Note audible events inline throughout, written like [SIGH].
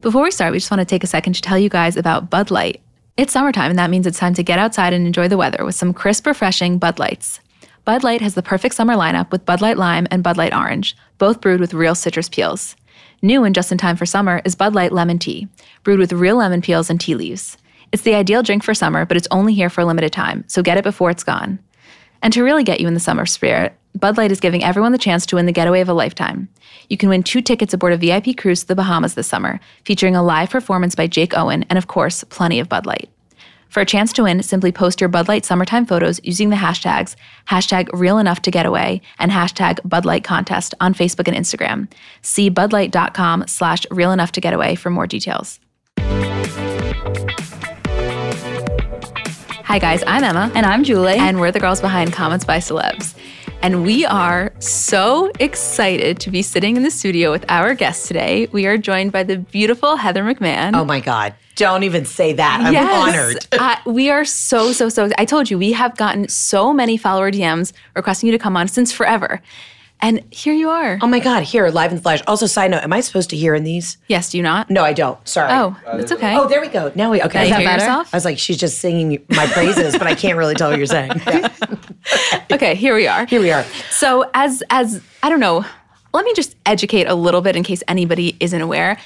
Before we start, we just want to take a second to tell you guys about Bud Light. It's summertime, and that means it's time to get outside and enjoy the weather with some crisp, refreshing Bud Lights. Bud Light has the perfect summer lineup with Bud Light Lime and Bud Light Orange, both brewed with real citrus peels. New and just in time for summer is Bud Light Lemon Tea, brewed with real lemon peels and tea leaves. It's the ideal drink for summer, but it's only here for a limited time, so get it before it's gone. And to really get you in the summer spirit, Bud Light is giving everyone the chance to win the getaway of a lifetime. You can win two tickets aboard a VIP cruise to the Bahamas this summer, featuring a live performance by Jake Owen and, of course, plenty of Bud Light. For a chance to win, simply post your Bud Light summertime photos using the hashtags hashtag real enough to get away and hashtag Bud Light contest on Facebook and Instagram. See budlight.com slash real enough to get away for more details. Hi guys, I'm Emma. And I'm Julie. And we're the girls behind Comments by Celebs. And we are so excited to be sitting in the studio with our guest today. We are joined by the beautiful Heather McMahon. Oh my God. Don't even say that. I'm [LAUGHS] honored. uh, we are so, so, so. I told you, we have gotten so many follower DMs requesting you to come on since forever. And here you are. Oh my God. Here, live and flash. Also, side note, am I supposed to hear in these? yes, do you not? No, I don't. Sorry. Oh, that's okay. Oh, there we go. Now we okay. Is that hear better? yourself? I was like, she's just singing my praises, but I can't really tell what [LAUGHS] you're saying. Yeah. okay, here we are. Here we are. So as as I don't know, let me just educate a little bit in case anybody isn't aware.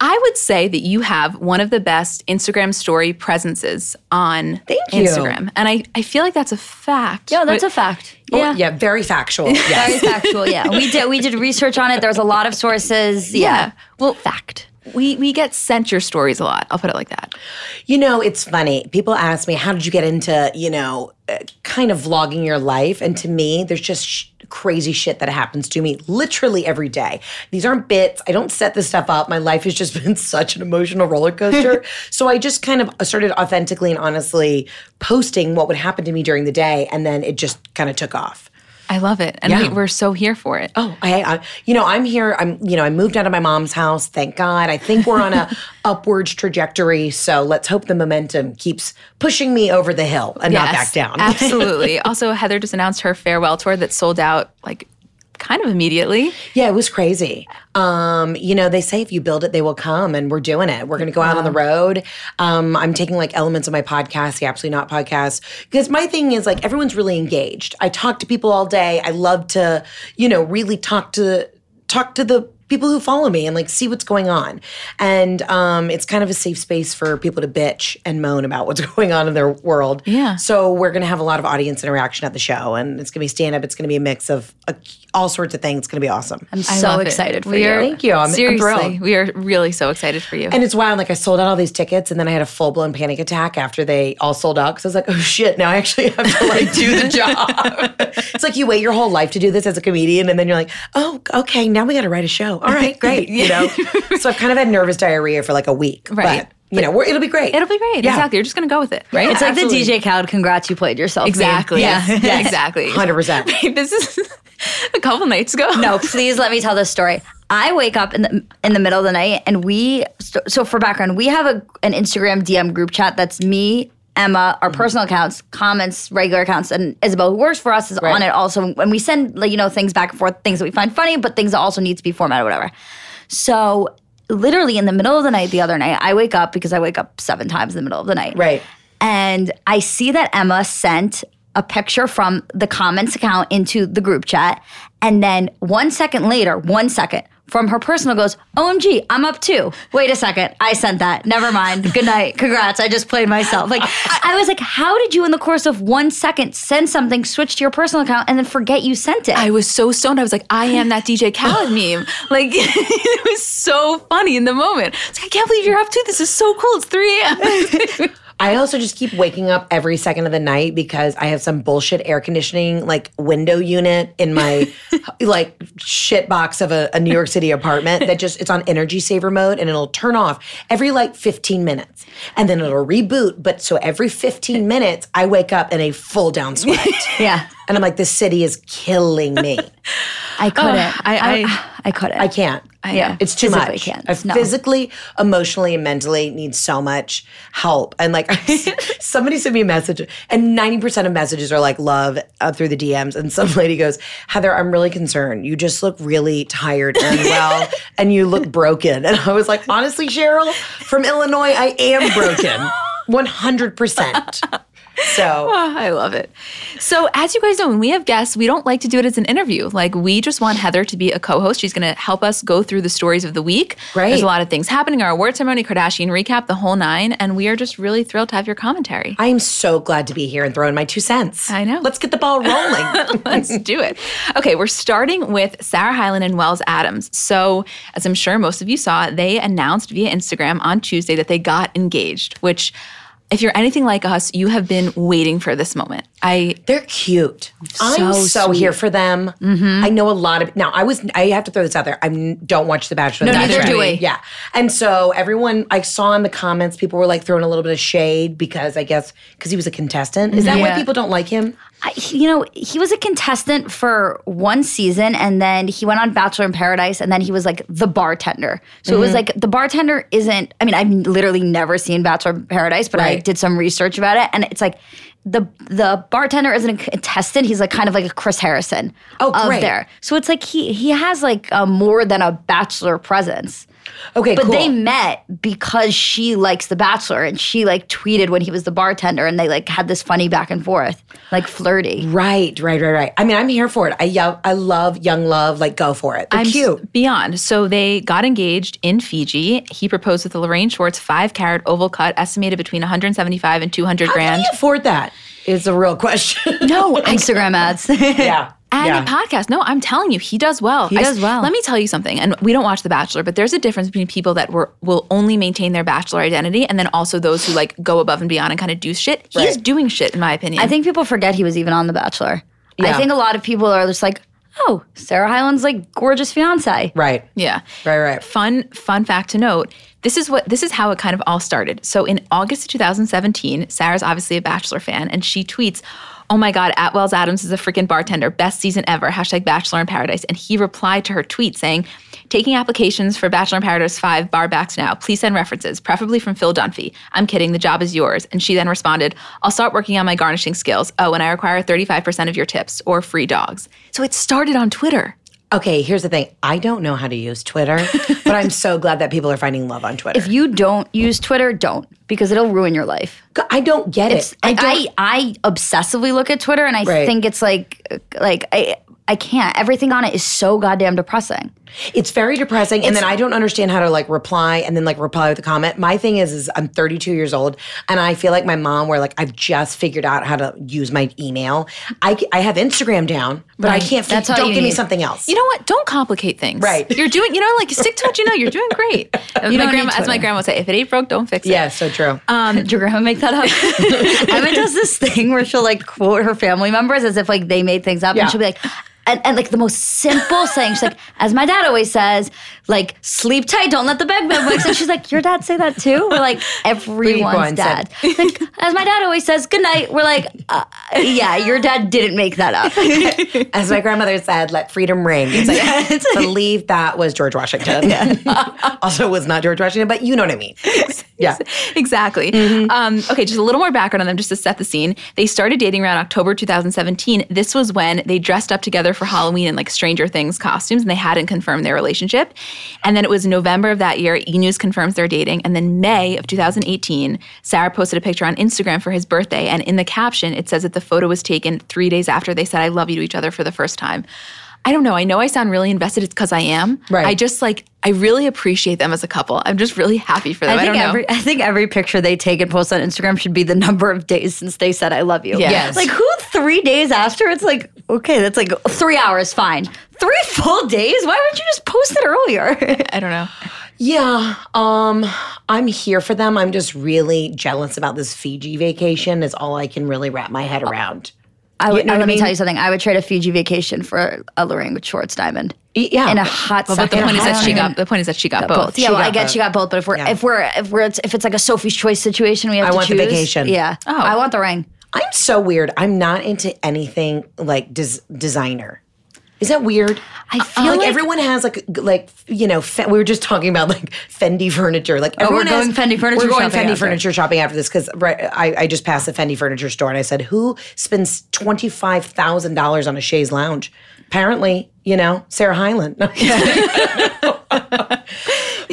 I would say that you have one of the best Instagram story presences on Thank you. Instagram. And I, I feel like that's a fact. no, that's But- a fact. Yeah. yeah, [LAUGHS] very factual. Yes. Very factual. Yeah, we did. We did research on it. There's a lot of sources. Yeah. Yeah. Well, fact. We we get sent your stories a lot. I'll put it like that. You know, it's funny. People ask me, how did you get into, you know, uh, kind of vlogging your life? And to me, there's just sh- crazy shit that happens to me literally every day. These aren't bits. I don't set this stuff up. My life has just [LAUGHS] been such an emotional roller coaster. so I just kind of started authentically and honestly posting what would happen to me during the day. And then it just kind of took off. I love it. And we, we're so here for it. Oh, I, I, you know, I'm here. I'm, you know, I moved out of my mom's house. Thank God. I think we're on a upwards trajectory. So let's hope the momentum keeps pushing me over the hill and not Yes, back down. [LAUGHS] absolutely. Also, Heather just announced her farewell tour that sold out like kind of immediately. yeah, it was crazy. Um, you know, they say if you build it, they will come, and we're doing it. We're going to go out on the road. Um, I'm taking like elements of my podcast, the Absolutely Not podcast, because my thing is like everyone's really engaged. I talk to people all day. I love to, you know, really talk to talk to the people who follow me and like see what's going on. And um, it's kind of a safe space for people to bitch and moan about what's [LAUGHS] going on in their world. Yeah. So we're going to have a lot of audience interaction at the show and it's going to be stand up. It's going to be a mix of uh, all sorts of things. It's going to be awesome. I'm I so love it. excited for we you. Are, Thank you. I'm- I'm seriously, thrilled. we are really so excited for you. and it's wild. Like I sold out all these tickets, and then I had a full blown panic attack after they all sold out. Because I was like, "Oh shit! Now I actually have to like [LAUGHS] do [LAUGHS] the job." it's like you wait your whole life to do this as a comedian, and then you're like, "Oh, okay. Now we got to write a show. All right, [LAUGHS] great." You know. so I've kind of had nervous diarrhea for like a week, Right. But, you know, we're, it'll be great. It'll be great. Yeah. Exactly. You're just gonna go with it, right? It's like the DJ Khaled. Congrats, you played yourself. meme. exactly. Yeah. [LAUGHS] Yeah. yeah. Exactly. Hundred percent. [LAUGHS] This is [LAUGHS] a couple nights ago. No, please let me tell this story. I wake up in the in the middle of the night, and we so, so for background, we have a an Instagram DM group chat that's me, Emma, our personal accounts, comments, regular accounts, and Isabel, who works for us, is on it also. And we send like you know things back and forth, things that we find funny, but things that also need to be formatted, whatever. So literally in the middle of the night, the other night, I wake up because I wake up seven times in the middle of the night, Right. and I see that Emma sent a picture from the comments account into the group chat. And then one second later, one second, from her personal goes, OMG, I'm up too. Wait a second. I sent that. Never mind. Good night. Congrats. I just played myself. Like, I was like, how did you, in the course of one second, send something, switch to your personal account, and then forget you sent it? I was so stoned. I was like, I am that DJ Khaled meme. Like, [LAUGHS] it was so funny in the moment. I was like, I can't believe you're up to this. Is so cool. It's 3 a.m. I also just keep waking up every second of the night because I have some bullshit air conditioning like window unit in my like shit box of a, a New York City apartment that just it's on energy saver mode and it'll turn off every like 15 minutes and then it'll reboot. But so every 15 minutes I wake up in a full down sweat. yeah. And I'm like, the city is killing me. I couldn't. I- I, I couldn't. Oh, I can't. yeah. It's too physically much. Can't. I no. physically, emotionally, and mentally need so much help. And like, [LAUGHS] somebody sent me a message, and ninety percent of messages are like love uh, through the DMs. And some [LAUGHS] lady goes, "Heather, I'm really concerned. You just look really tired [LAUGHS] and well, and you look broken." And I was like, "Honestly, Cheryl, from Illinois, I am broken, one hundred percent." [LAUGHS] So. [LAUGHS] I love it. So, as you guys know, when we have guests, we don't like to do it as an interview. Like, we just want Heather to be a co host. She's going to help us go through the stories of the week. Right. There's a lot of things happening our award ceremony, Kardashian recap, the whole nine. And we are just really thrilled to have your commentary. I am so glad to be here and throw in my two cents. I know. Let's get the ball [LAUGHS] rolling. [LAUGHS] Let's do it. Okay, we're starting with Sarah Hyland and Wells Adams. So, as I'm sure most of you saw, they announced via Instagram on Tuesday that they got engaged, which, if you're anything like us, you have been waiting for this moment. I They're cute. I'm so here for them. I know a lot of now. I was. I have to throw this out there. I don't watch The Bachelor. No, neither do we. Yeah, and so everyone I saw in the comments, people were like throwing a little bit of shade because I guess because he was a contestant. Is that why Yeah. people don't like him? I, you know, he was a contestant for one season and then he went on Bachelor in Paradise and then he was like the bartender. So Mm-hmm. it was like the bartender isn't, I mean, I've literally never seen Bachelor in Paradise, but I Right. did some research about it and it's like the the bartender isn't a contestant. He's like kind of like a Chris Harrison Oh, of great. there. So it's like he he has like a, more than a bachelor presence. Okay, But cool. they met because she likes The Bachelor and she like tweeted when he was the bartender and they like had this funny back and forth, like flirty. Right, right, right, right. I mean, I'm here for it. I yo- I love young love. Like, go for it. They're I'm s- cute. Beyond. So they got engaged in Fiji. He proposed with a Lorraine Schwartz five carat oval cut, estimated between 175 and 200 How grand. can you afford that? Is a real question. [LAUGHS] No, I [LAUGHS] Instagram ads. yeah. And yeah. a podcast. No, I'm telling you, he does well. He does well. Let me tell you something. And we don't watch The Bachelor, but there's a difference between people that were, will only maintain their bachelor identity and then also those who like go above and beyond and kind of do shit. He's Right. doing shit, in my opinion. I think people forget he was even on The Bachelor. I Yeah. think a lot of people are just like, oh, Sarah Hyland's like gorgeous fiance. right. Yeah. Right. Right. Fun fun fact to note. This is what this is how it kind of all started. So in August of 2017, Sarah's obviously a Bachelor fan, and she tweets, "Oh my God, At Wells Adams is a freaking bartender. Best season ever. Hashtag Bachelor in Paradise." And he replied to her tweet saying, "Taking applications for Bachelor in Paradise five bar backs now. Please send references, preferably from Phil Dunphy. I'm kidding. The job is yours." And she then responded, "I'll start working on my garnishing skills. Oh, and I require 35% of your tips or free dogs." So it started on Twitter. Okay, here's the thing. I don't know how to use Twitter, but I'm so glad that people are finding love on Twitter. If you don't use Twitter, don't because it'll ruin your life. I don't get it. I, I, I obsessively look at Twitter and I Right. think it's like, like, I, I can't. Everything on it is so goddamn depressing. It's very depressing, and then I don't understand how to like reply, and then like reply with a comment. My thing is, is I'm 32 years old, and I feel like my mom, where like I've just figured out how to use my email. I, c- I have Instagram down, but I can't. That's That's all don't you give me need. something else. you know what? Don't complicate things. Right. You're doing, you know, like stick to what you know. You're doing great. As don't my need grandma, as my Twitter. grandma would say, if it ain't broke, don't fix it. [LAUGHS] yeah, so true. [LAUGHS] Did your grandma make that up? Emma does this thing where she'll like quote her family members as if like they made things up, Yeah. and she'll be like, and, and like the most simple saying, she's like, as my dad always says, like sleep tight, don't let the bed bug wakes. And she's like, your dad say that too? We're like everyone's Everyone said. dad. Like as my dad always says, good night. We're like, uh, yeah, your dad didn't make that up. As my grandmother said, "Let freedom ring." It's like I [LAUGHS] believe that was George [LAUGHS] Washington. [LAUGHS] also, it was not George Washington, but you know what I mean. Yeah. [LAUGHS] Exactly. Um, okay, just a little more background on them just to set the scene. They started dating around October 2017. This was when they dressed up together for Halloween in like Stranger Things costumes and they hadn't confirmed their relationship. And then it was November of that year, E News confirms they're dating. And then May of 2018, Sarah posted a picture on Instagram for his birthday. And in the caption, it says that the photo was taken three days after they said, I love you to each other for the first time. I don't know. I know I sound really invested. It's because I am. Right. I just like, I really appreciate them as a couple. I'm just really happy for them. I, I think don't know. every I think every picture they take and post on Instagram should be the [LAUGHS] number of days since they said I love you. Yeah. Yes. Like who three days after? It's like, okay, that's like three hours, fine. Three full days? Why would not you just post it earlier? I don't know. Yeah, um, I'm here for them. I'm just really jealous about this Fiji vacation. Is all I can really wrap my head around. I would know what let I me mean? tell you something. I would trade a Fiji vacation for a Lorraine with Schwartz diamond. Y- Yeah, In a hot But the second. point is I that don't she even- got, the point is that she got, both. both. Yeah, well, I got get both. she got both, but if we're Yeah. if we're if we're if it's like a Sophie's Choice situation, we have I to want the choose. vacation. Yeah, Oh. I want the ring. I'm so weird. I'm not into anything like des- designer. Is that weird? Uh, I feel like, like- everyone has like like you know Fe- we were just talking about like Fendi furniture. Like Oh, we're everyone going has, Fendi furniture We're going shopping Fendi after. furniture shopping after this because right, I, I just passed the Fendi furniture store and I said who spends twenty five thousand dollars on a chaise lounge? Apparently, you know Sarah Hyland. [LAUGHS] No, I'm just kidding. But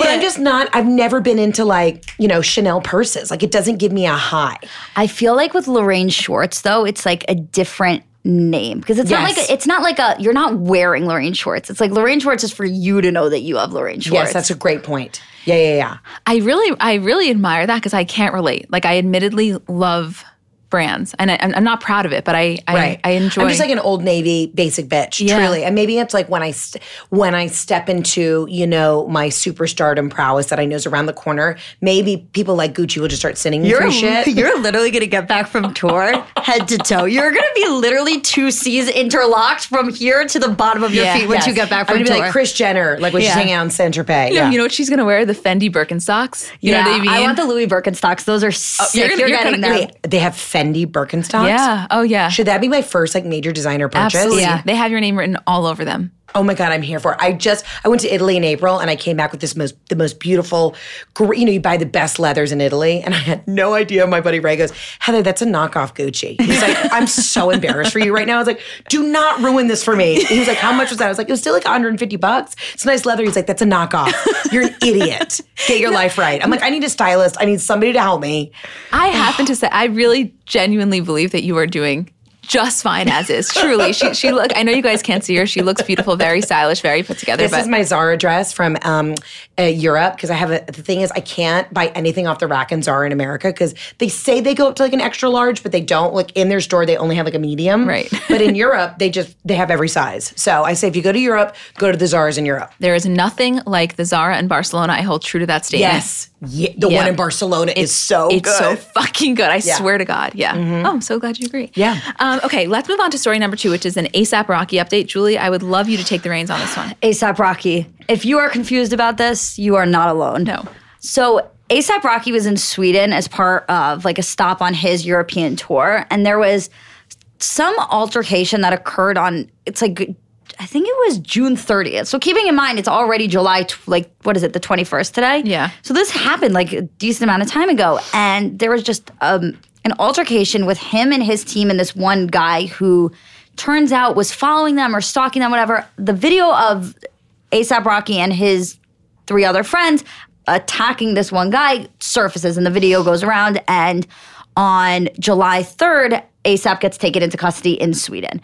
I'm just not. I've never been into like you know Chanel purses. Like it doesn't give me a high. I feel like with Lorraine Schwartz though, it's like a different name because it's not Yes. like a, it's not like a you're not wearing Lorraine Schwartz. It's like Lorraine Schwartz is for you to know that you love Lorraine Schwartz. Yes, that's a great point. Yeah, yeah, yeah. I really, I really admire that because I can't relate. Like I admittedly love brands, and I, I'm I'm not proud of it, but I, I, I enjoy. I'm just like an old navy basic bitch, Yeah. truly. And maybe it's like when I st- when I step into you know my superstardom prowess that I know is around the corner. Maybe people like Gucci will just start sending me free shit. [LAUGHS] you're literally gonna get back from tour head to toe. You're gonna be literally two C's interlocked from here to the bottom of your Yeah. feet once Yes. you get back I'm from gonna tour. be like Chris Jenner, like when she's Yeah. hanging out in Saint Tropez. you know, Yeah. you know what she's gonna wear? The Fendi Birkenstocks. You yeah, know what I mean? Oh, want the Louis Birkenstocks. Those are sick. you're You're, gonna- you're getting gonna- them. Wait, they have Fendi Birkenstocks. yeah. Oh yeah. Should that be my first like major designer purchase? Absolutely. Yeah. They have your name written all over them. Oh my god, I'm here for it. I just I went to Italy in April and I came back with this most the most beautiful, gr- you know, you buy the best leathers in Italy, and I had no idea. My buddy Ray goes, Heather, that's a knockoff Gucci. He's like, [LAUGHS] I'm so embarrassed for you right now. I was like, do not ruin this for me. He was like, how much was that? I was like, it was still like 150 bucks. It's nice leather. He's like, that's a knockoff. You're an idiot. Get your life right. I'm like, I need a stylist. I need somebody to help me. I happen to say I really genuinely believe that you are doing just fine as is. Truly, she she look. I know you guys can't see her. She looks beautiful, very stylish, very put together. This but is my Zara dress from um, uh, Europe because I have a. The thing is, I can't buy anything off the rack in Zara in America because they say they go up to like an extra large, but they don't. Like in their store, they only have like a medium. Right. [LAUGHS] but in Europe, they just they have every size. So I say if you go to Europe, go to the Zara's in Europe. there is nothing like the Zara in Barcelona. I hold true to that statement. Ye- the Yeah. one in Barcelona is so it's good. so Mm-hmm. fucking good. I swear to God. Yeah. Oh, I'm so glad you agree. Yeah. Um, okay, let's move on to story number two, which is an ASAP Rocky update. Julie, I would love you to take the reins on this one. ASAP Rocky. If you are confused about this, you are not alone. No. So ASAP Rocky was in Sweden as part of like a stop on his European tour, and there was some altercation that occurred on. It's like. I think it was June 30th. So keeping in mind, it's already July, tw- like, what is it, the 21st today? Yeah. So this happened like a decent amount of time ago. And there was just um, an altercation with him and his team and this one guy who turns out was following them or stalking them, whatever. The video of ASAP Rocky and his three other friends attacking this one guy surfaces and the video goes around and on July 3rd ASAP gets taken into custody in Sweden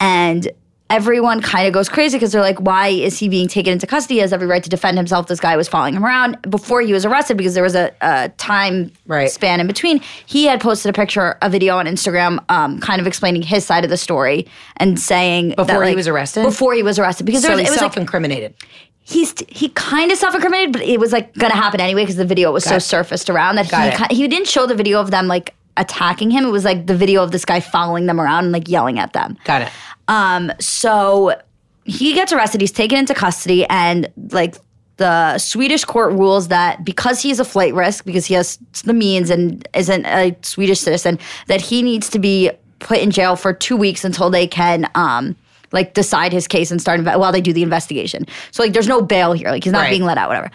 and everyone kind of goes crazy because they're like why is he being taken into custody he has every right to defend himself this guy was following him around before he was arrested because there was a, a time Right. span in between he had posted a picture a video on Instagram um, kind of explaining his side of the story and saying that, Before he like- was arrested? before he was arrested because there So was, he's it was like self-incriminated. he's he kind of self-incriminated, but it was like gonna happen anyway because the video was so it. surfaced around that Got he it. ki- he didn't show the video of them like attacking him. It was like the video of this guy following them around and like yelling at them. Got it. Um, so he gets arrested. He's taken into custody, and like the Swedish court rules that because he is a flight risk, because he has the means and isn't a Swedish citizen, that he needs to be put in jail for two weeks until they can. Um, like decide his case and start inve- while they do the investigation. So like, there's no bail here. Like he's not Right. being let out. Whatever.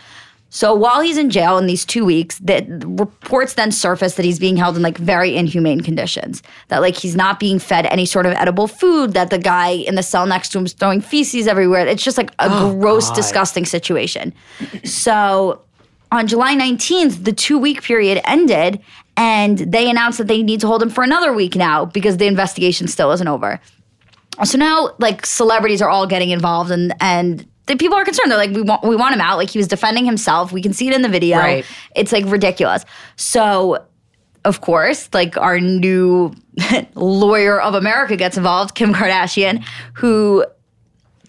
So while he's in jail in these two weeks, that reports then surface that he's being held in like very inhumane conditions. That like he's not being fed any sort of edible food. That the guy in the cell next to him is throwing feces everywhere. It's just like a gross, disgusting situation. So on July 19th, the two week period ended, and they announced that they need to hold him for another week now because the investigation still isn't over. so now like celebrities are all getting involved and and the people are concerned they're like we want we want him out like he was defending himself we can see it in the video Right. it's like ridiculous so of course like our new [LAUGHS] lawyer of america gets involved kim kardashian who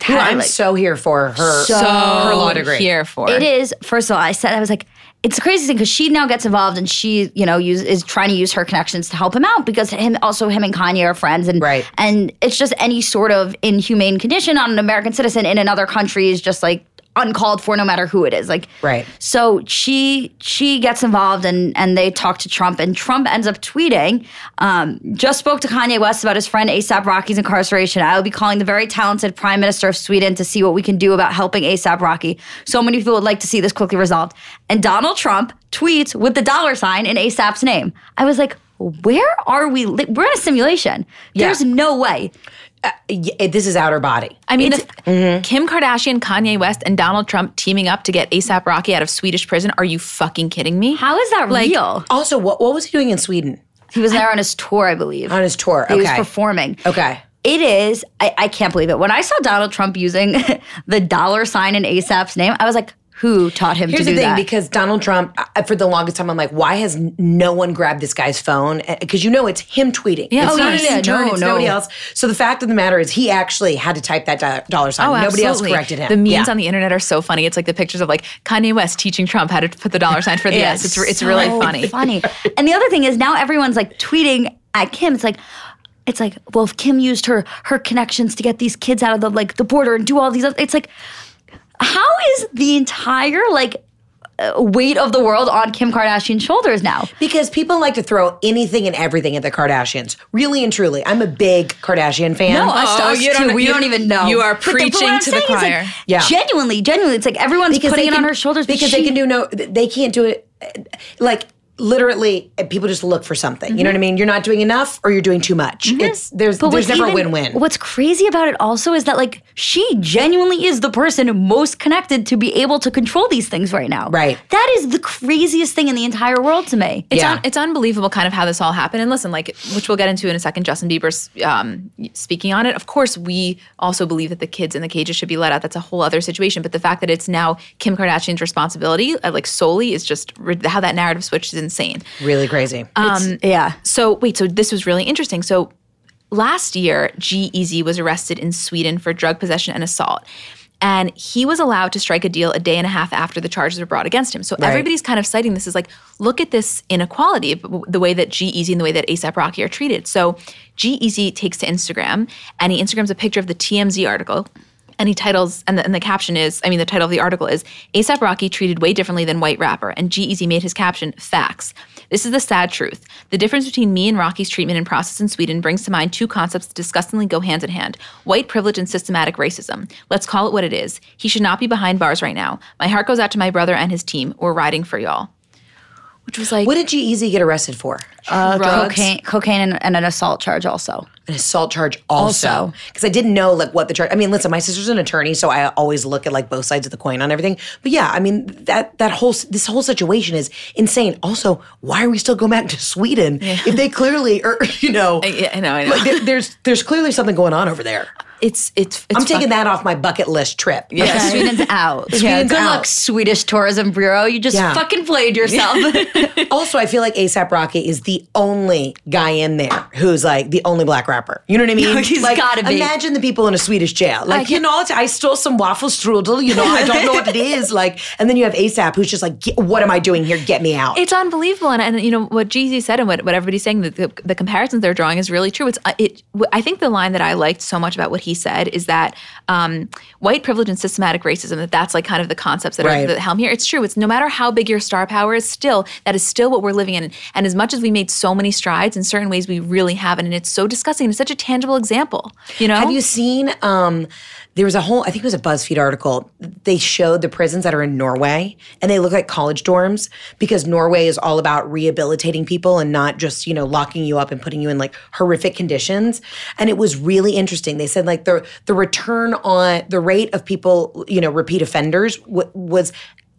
Who I'm like- so here for her. So her law degree. here for it is. First of all, I said I was like, it's a crazy thing because she now gets involved and she, you know, use, is trying to use her connections to help him out because him also him and Kanye are friends and Right. and it's just any sort of inhumane condition on an American citizen in another country is just like uncalled for no matter who it is like Right. so she she gets involved and and they talk to Trump and Trump ends up tweeting um, just spoke to Kanye West about his friend ASAP Rocky's incarceration. I will be calling the very talented Prime Minister of Sweden to see what we can do about helping ASAP Rocky. So many people would like to see this quickly resolved. And Donald Trump tweets with the dollar sign in ASAP's name. I was like, where are we? Li- We're in a simulation. There's no way. Y- This is outer body. I mean, if mm-hmm. Kim Kardashian, Kanye West, and Donald Trump teaming up to get ASAP Rocky out of Swedish prison. Are you fucking kidding me? How is that Like, real? Also, what what was he doing in Sweden He was there on his tour, I believe. on his tour? he was okay. performing. okay. It is. I, I can't believe it. When I saw Donald Trump using [LAUGHS] the dollar sign in ASAP's name, I was like, "Who taught him Here's to do the thing, that?" because Donald Trump, I- for the longest time, I'm like, why has n- no one grabbed this guy's phone? Because you know it's him tweeting. Yeah. it's Oh, not yeah, his yeah, intern, no, it's nobody no. else. So the fact of the matter is, he actually had to type that do- dollar Oh, sign. nobody else Oh, absolutely. corrected him. The memes Yeah. on the internet are so funny. It's like the pictures of like Kanye West teaching Trump how to put the dollar sign for the S. It's it's really So funny. Oh, Funny. And the other thing is now everyone's like tweeting at Kim. It's like. It's like, well, if Kim used her her connections to get these kids out of the like the border and do all these other, it's like, how is the entire like uh, weight of the world on Kim Kardashian's shoulders now? Because people like to throw anything and everything at the Kardashians. Really and truly, I'm a big Kardashian fan. No, us, Oh, us you don't- too. We you- don't even know. you are But the- but preaching what I'm to the saying is, like, choir. Yeah. Genuinely, genuinely, it's like everyone's putting they it on can- her shoulders but because they she- can do no they can't do it eh, like literally uh, people just look for something you know what i mean you're not doing enough or you're doing too much it's there's Mm-hmm. But there's what's never a even- win-win What's crazy about it also is that like she genuinely is the person most connected to be able to control these things right now. Right. That is the craziest thing in the entire world to me. It's Yeah. un- it's unbelievable, kind of how this all happened. And listen, like, which we'll get into in a second. Justin Bieber's um, speaking on it. Of course, we also believe that the kids in the cages should be let out. That's a whole other situation. But the fact that it's now Kim Kardashian's responsibility, uh, like solely, is just rid- how that narrative switched is insane. really crazy yeah. So wait, so this was really interesting. So last year, G Easy was arrested in Sweden for drug possession and assault. And he was allowed to strike a deal a day and a half after the charges were brought against him. So everybody's kind of citing this as like, look at this inequality, of w- the way that G Easy and the way that ASAP Rocky are treated. So G Easy takes to Instagram and he Instagrams a picture of the TMZ article. And he titles, and the, and the caption is, I mean, the title of the article is ASAP Rocky treated way differently than white rapper. And G Easy made his caption, Facts. This is the sad truth. The difference between me and Rocky's treatment and process in Sweden brings to mind two concepts that disgustingly go hand in hand white privilege and systematic racism. Let's call it what it is. He should not be behind bars right now. My heart goes out to my brother and his team. We're riding for y'all. Which was like, what did g-easy get arrested for drugs. uh, Cocaine, cocaine and, and an assault charge also. an assault charge also Also. because i didn't know like what the charge i mean listen my sister's an attorney so i always look at like both sides of the coin on everything but yeah i mean that that whole s- this whole situation is insane also why are we still going back to sweden if they clearly are [LAUGHS] you know yeah, I know, I know. like, there- there's there's clearly something going on over there It's, it's, it's I'm taking that off my bucket list trip. Yeah. Yeah, Sweden's out. yeah, Sweden's good out. luck, Swedish Tourism Bureau. You just Yeah. fucking played yourself. also, I feel like ASAP Rocky is the only guy in there who's like the only black rapper. You know what I mean? he's like, gotta be. Imagine the people in a Swedish jail. Like, you know, I stole some waffle strudel. You know, I don't know [LAUGHS] what it is. Like, and then you have ASAP who's just like, "Get- what am I doing here? Get me out. It's unbelievable, and, and you know what Jeezy said, and what, what everybody's saying that the, the comparisons they're drawing is really true. It's uh, it. w- I think the line that I liked so much about what he said is that um, white privilege and systematic racism. That that's like kind of the concepts that Right. are at the helm here. It's true. It's no matter how big your star power is, still that is still what we're living in. And as much as we made so many strides in certain ways, we really haven't. And it's so disgusting. It's such a tangible example. You know. Have you seen? Um, there was a whole, I think it was a BuzzFeed article. They showed the prisons that are in Norway, and they look like college dorms because Norway is all about rehabilitating people and not just you know locking you up and putting you in like horrific conditions. And it was really interesting. They said like the the return on the rate of people you know repeat offenders w- was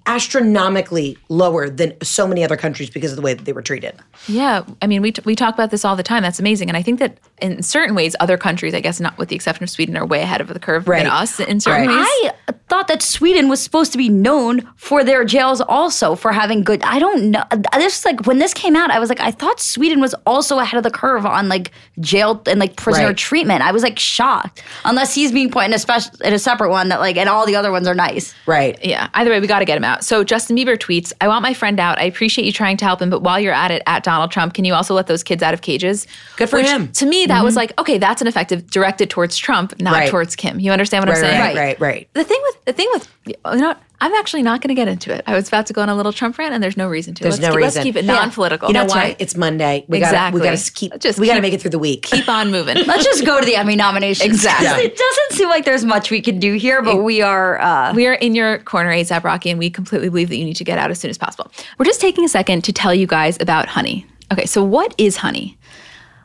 astronomically lower than so many other countries because of the way that they were treated. Yeah, I mean, we t- we talk about this all the time. That's amazing, and I think that in certain ways, other countries, I guess, not with the exception of Sweden, are way ahead of the curve Right. than us in certain Right. ways. I thought that Sweden was supposed to be known for their jails also for having good. I don't know. uh, This is like when this came out, I was like, I thought Sweden was also ahead of the curve on like jail and like prisoner Right. treatment. I was like shocked, unless he's being put in a special in a separate one that like, and all the other ones are nice. Right. yeah. Either way, we got to get him out. So Justin Bieber tweets, "I want my friend out. I appreciate you trying to help him, but while you're at it, at Donald Trump, can you also let those kids out of cages?" Good for Which, him. Mm-hmm. To me, that was like, okay, that's an effective directed towards Trump, not Right. towards Kim. You understand what Right, I'm saying? right, right, right. The thing with the thing with you know, what? I'm actually not going to get into it. I was about to go on a little Trump rant, and there's no reason to. There's let's, no keep- reason. Let's keep it Yeah. non-political. You know That's why? right. It's Monday. We Exactly. gotta we gotta keep Just we gotta keep- make it through the week. Keep on moving. [LAUGHS] Let's just go to the Emmy nominations. Exactly. [LAUGHS] Yeah. It doesn't seem like there's much we can do here, but we are. Uh, We are in your corner, ASAP Rocky, and we completely believe that you need to get out as soon as possible. We're just taking a second to tell you guys about honey. Okay, so what is honey?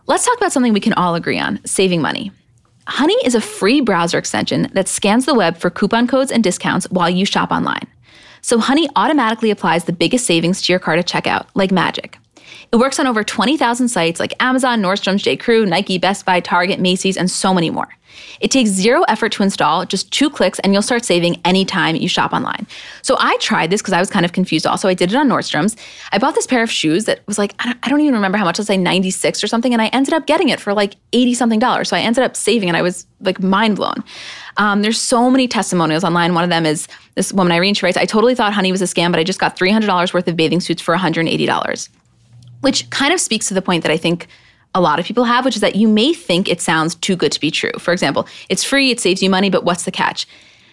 Let's talk about something we can all agree on saving money. Honey is a free browser extension that scans the web for coupon codes and discounts while you shop online. So Honey automatically applies the biggest savings to your cart at checkout, like magic. It works on over 20,000 sites like Amazon, Nordstrom's, J.Crew, Nike, Best Buy, Target, Macy's, and so many more. It takes zero effort to install, just two clicks, and you'll start saving anytime you shop online. So I tried this because I was kind of confused also. I did it on Nordstrom's. I bought this pair of shoes that was like, I don't, I don't even remember how much, let's say 96 or something, and I ended up getting it for like 80 something dollars. So I ended up saving and I was like mind blown. Um, there's so many testimonials online. One of them is this woman, Irene, she writes, I totally thought honey was a scam, but I just got $300 worth of bathing suits for $180 which kind of speaks to the point that I think a lot of people have, which is that you may think it sounds too good to be true. For example, it's free, it saves you money, but what's the catch?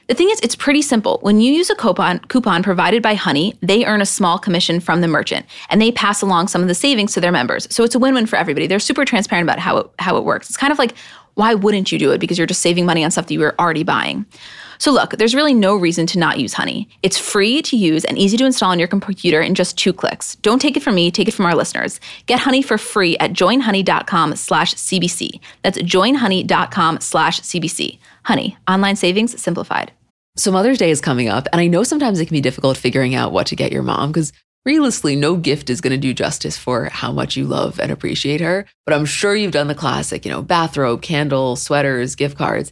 The thing is, it's pretty simple. When you use a coupon, coupon provided by Honey, they earn a small commission from the merchant and they pass along some of the savings to their members. So it's a win win for everybody. They're super transparent about how it, how it works. It's kind of like, why wouldn't you do it? Because you're just saving money on stuff that you were already buying. So, look, there's really no reason to not use Honey. It's free to use and easy to install on your computer in just two clicks. Don't take it from me, take it from our listeners. Get Honey for free at joinhoney.com slash CBC. That's joinhoney.com slash CBC. Honey, online savings simplified. So Mother's Day is coming up, and I know sometimes it can be difficult figuring out what to get your mom because realistically, no gift is going to do justice for how much you love and appreciate her. But I'm sure you've done the classic, you know, bathrobe, candle, sweaters, gift cards.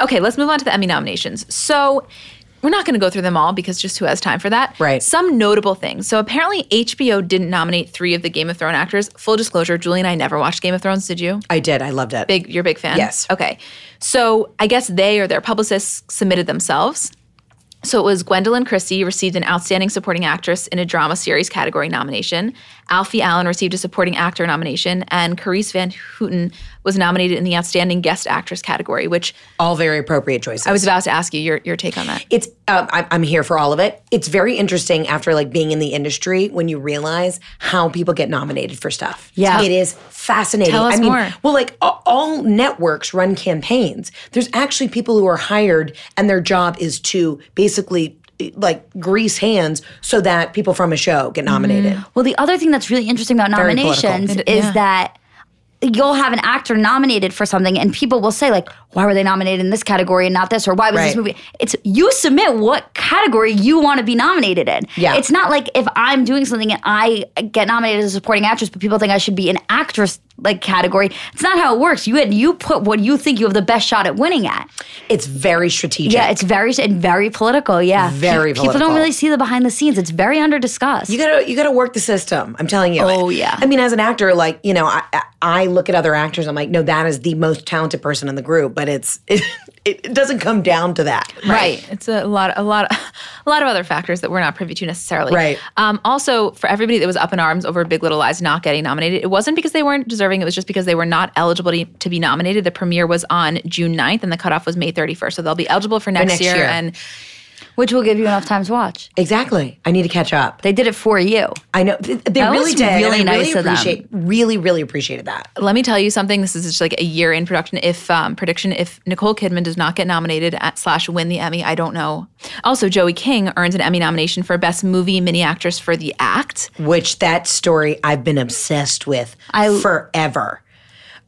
Okay, let's move on to the Emmy nominations. So we're not going to go through them all because just who has time for that? Right. Some notable things. So apparently HBO didn't nominate three of the Game of Thrones actors. Full disclosure, Julie and I never watched Game of Thrones, did you? I did. I loved it. Big, you're a big fan. Yes. Okay. So I guess they or their publicists submitted themselves. So it was Gwendolyn Christie received an Outstanding Supporting Actress in a Drama Series category nomination. Alfie Allen received a Supporting Actor nomination, and Carice Van Houten was nominated in the Outstanding Guest Actress category. Which All very appropriate choices. I was about to ask you your your take on that. it's um, I, i'm here for all of it it's very interesting after like being in the industry when you realize how people get nominated for stuff Yeah. it is fascinating Tell us i mean more. well like a- all, networks run campaigns there's actually people who are hired and their job is to basically like grease hands so that people from a show get nominated Mm-hmm. Well, the other thing that's really interesting about political. nominations is that you'll have an actor nominated for something and people will say like why were they nominated in this category and not this or why was this Right. movie it's you submit what category you want to be nominated in Yeah. it's not like if i'm doing something and i get nominated as a supporting actress but people think i should be an actress like category it's not how it works you you put what you think you have the best shot at winning at it's very strategic yeah it's very and very political yeah Very people don't political. really see the behind the scenes it's very under discussed You gotta you gotta work the system. I'm telling you. Oh, yeah. I mean, as an actor, like you know, I I- I look at other actors. I'm like, no, that is the most talented person in the group, but it's it, [LAUGHS] it doesn't come down to that. Right. It's a lot, a lot, [LAUGHS] a lot of other factors that we're not privy to necessarily. Right. Um, also, for everybody that was up in arms over Big Little Lies not getting nominated, it wasn't because they weren't deserving. It was just because they were not eligible to, to be nominated. The premiere was on June 9th, and the cutoff was May 31st, so they'll be eligible for next, next year, year. And Which will give you enough time to watch. Exactly. I need to catch up. They did it for you. I know th- they That really was did. and really I nice of them. appreciate, Really, really appreciated that. let me tell you something. This is just like a year in production. If um, prediction, if Nicole Kidman does not get nominated at slash win the Emmy, I don't know. Also, Joey King earns an Emmy nomination for Best Movie Mini Actress for The Act. Which that story I've been obsessed with forever.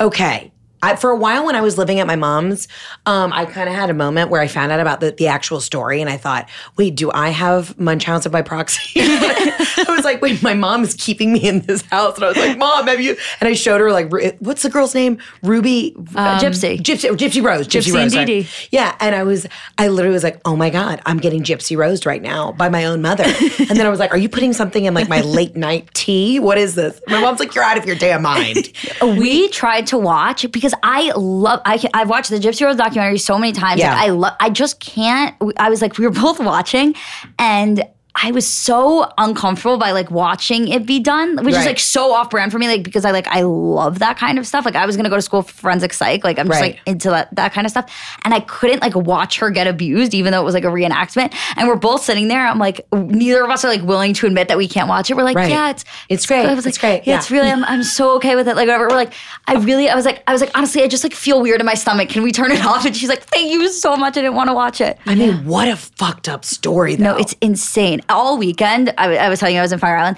Okay. I, for a while, when I was living at my mom's, um, I kind of had a moment where I found out about the, the actual story, and I thought, "Wait, do I have Munchausen by proxy?" [LAUGHS] I was like, "Wait, my mom is keeping me in this house," and I was like, "Mom, have you?" And I showed her like, Ru- what's the girl's name? Ruby Uh, Gypsy. Gypsy, Gypsy Rose, Gypsy, Gypsy Rose. sorry. indeedy. Yeah, and I was, I literally was like, oh my god, I'm getting Gypsy Rose right now by my own mother. and then I was like, are you putting something in [LAUGHS] like my late night tea? What is this? My mom's like, you're out of your damn mind. Uh, We tried to watch because I love. I can, I've watched the Gypsy Rose documentary so many times. Yeah. Like, I love. I just can't. I was like, we were [LAUGHS] both watching, and I was so uncomfortable by like watching it be done, which is Right. like so off brand for me. Like because I like I love that kind of stuff. Like I was gonna go to school for forensic psych. Like I'm just Right. like into that that kind of stuff, and I couldn't like watch her get abused, even though it was like a reenactment. And we're both sitting there. I'm like, neither of us are like willing to admit that we can't watch it. We're like, Right. yeah, it's It's great. I was like, It's great. Yeah, it's Yeah. really. I'm, I'm so okay with it. Like whatever. We're like, I really. I was like, I was like, honestly, I just like feel weird in my stomach. Can we turn it [LAUGHS] off? And she's like, thank you so much. I didn't want to watch it. I mean, what a fucked up story. Though. No, it's insane. All weekend, I, w- I was telling you, I was in Fire Island.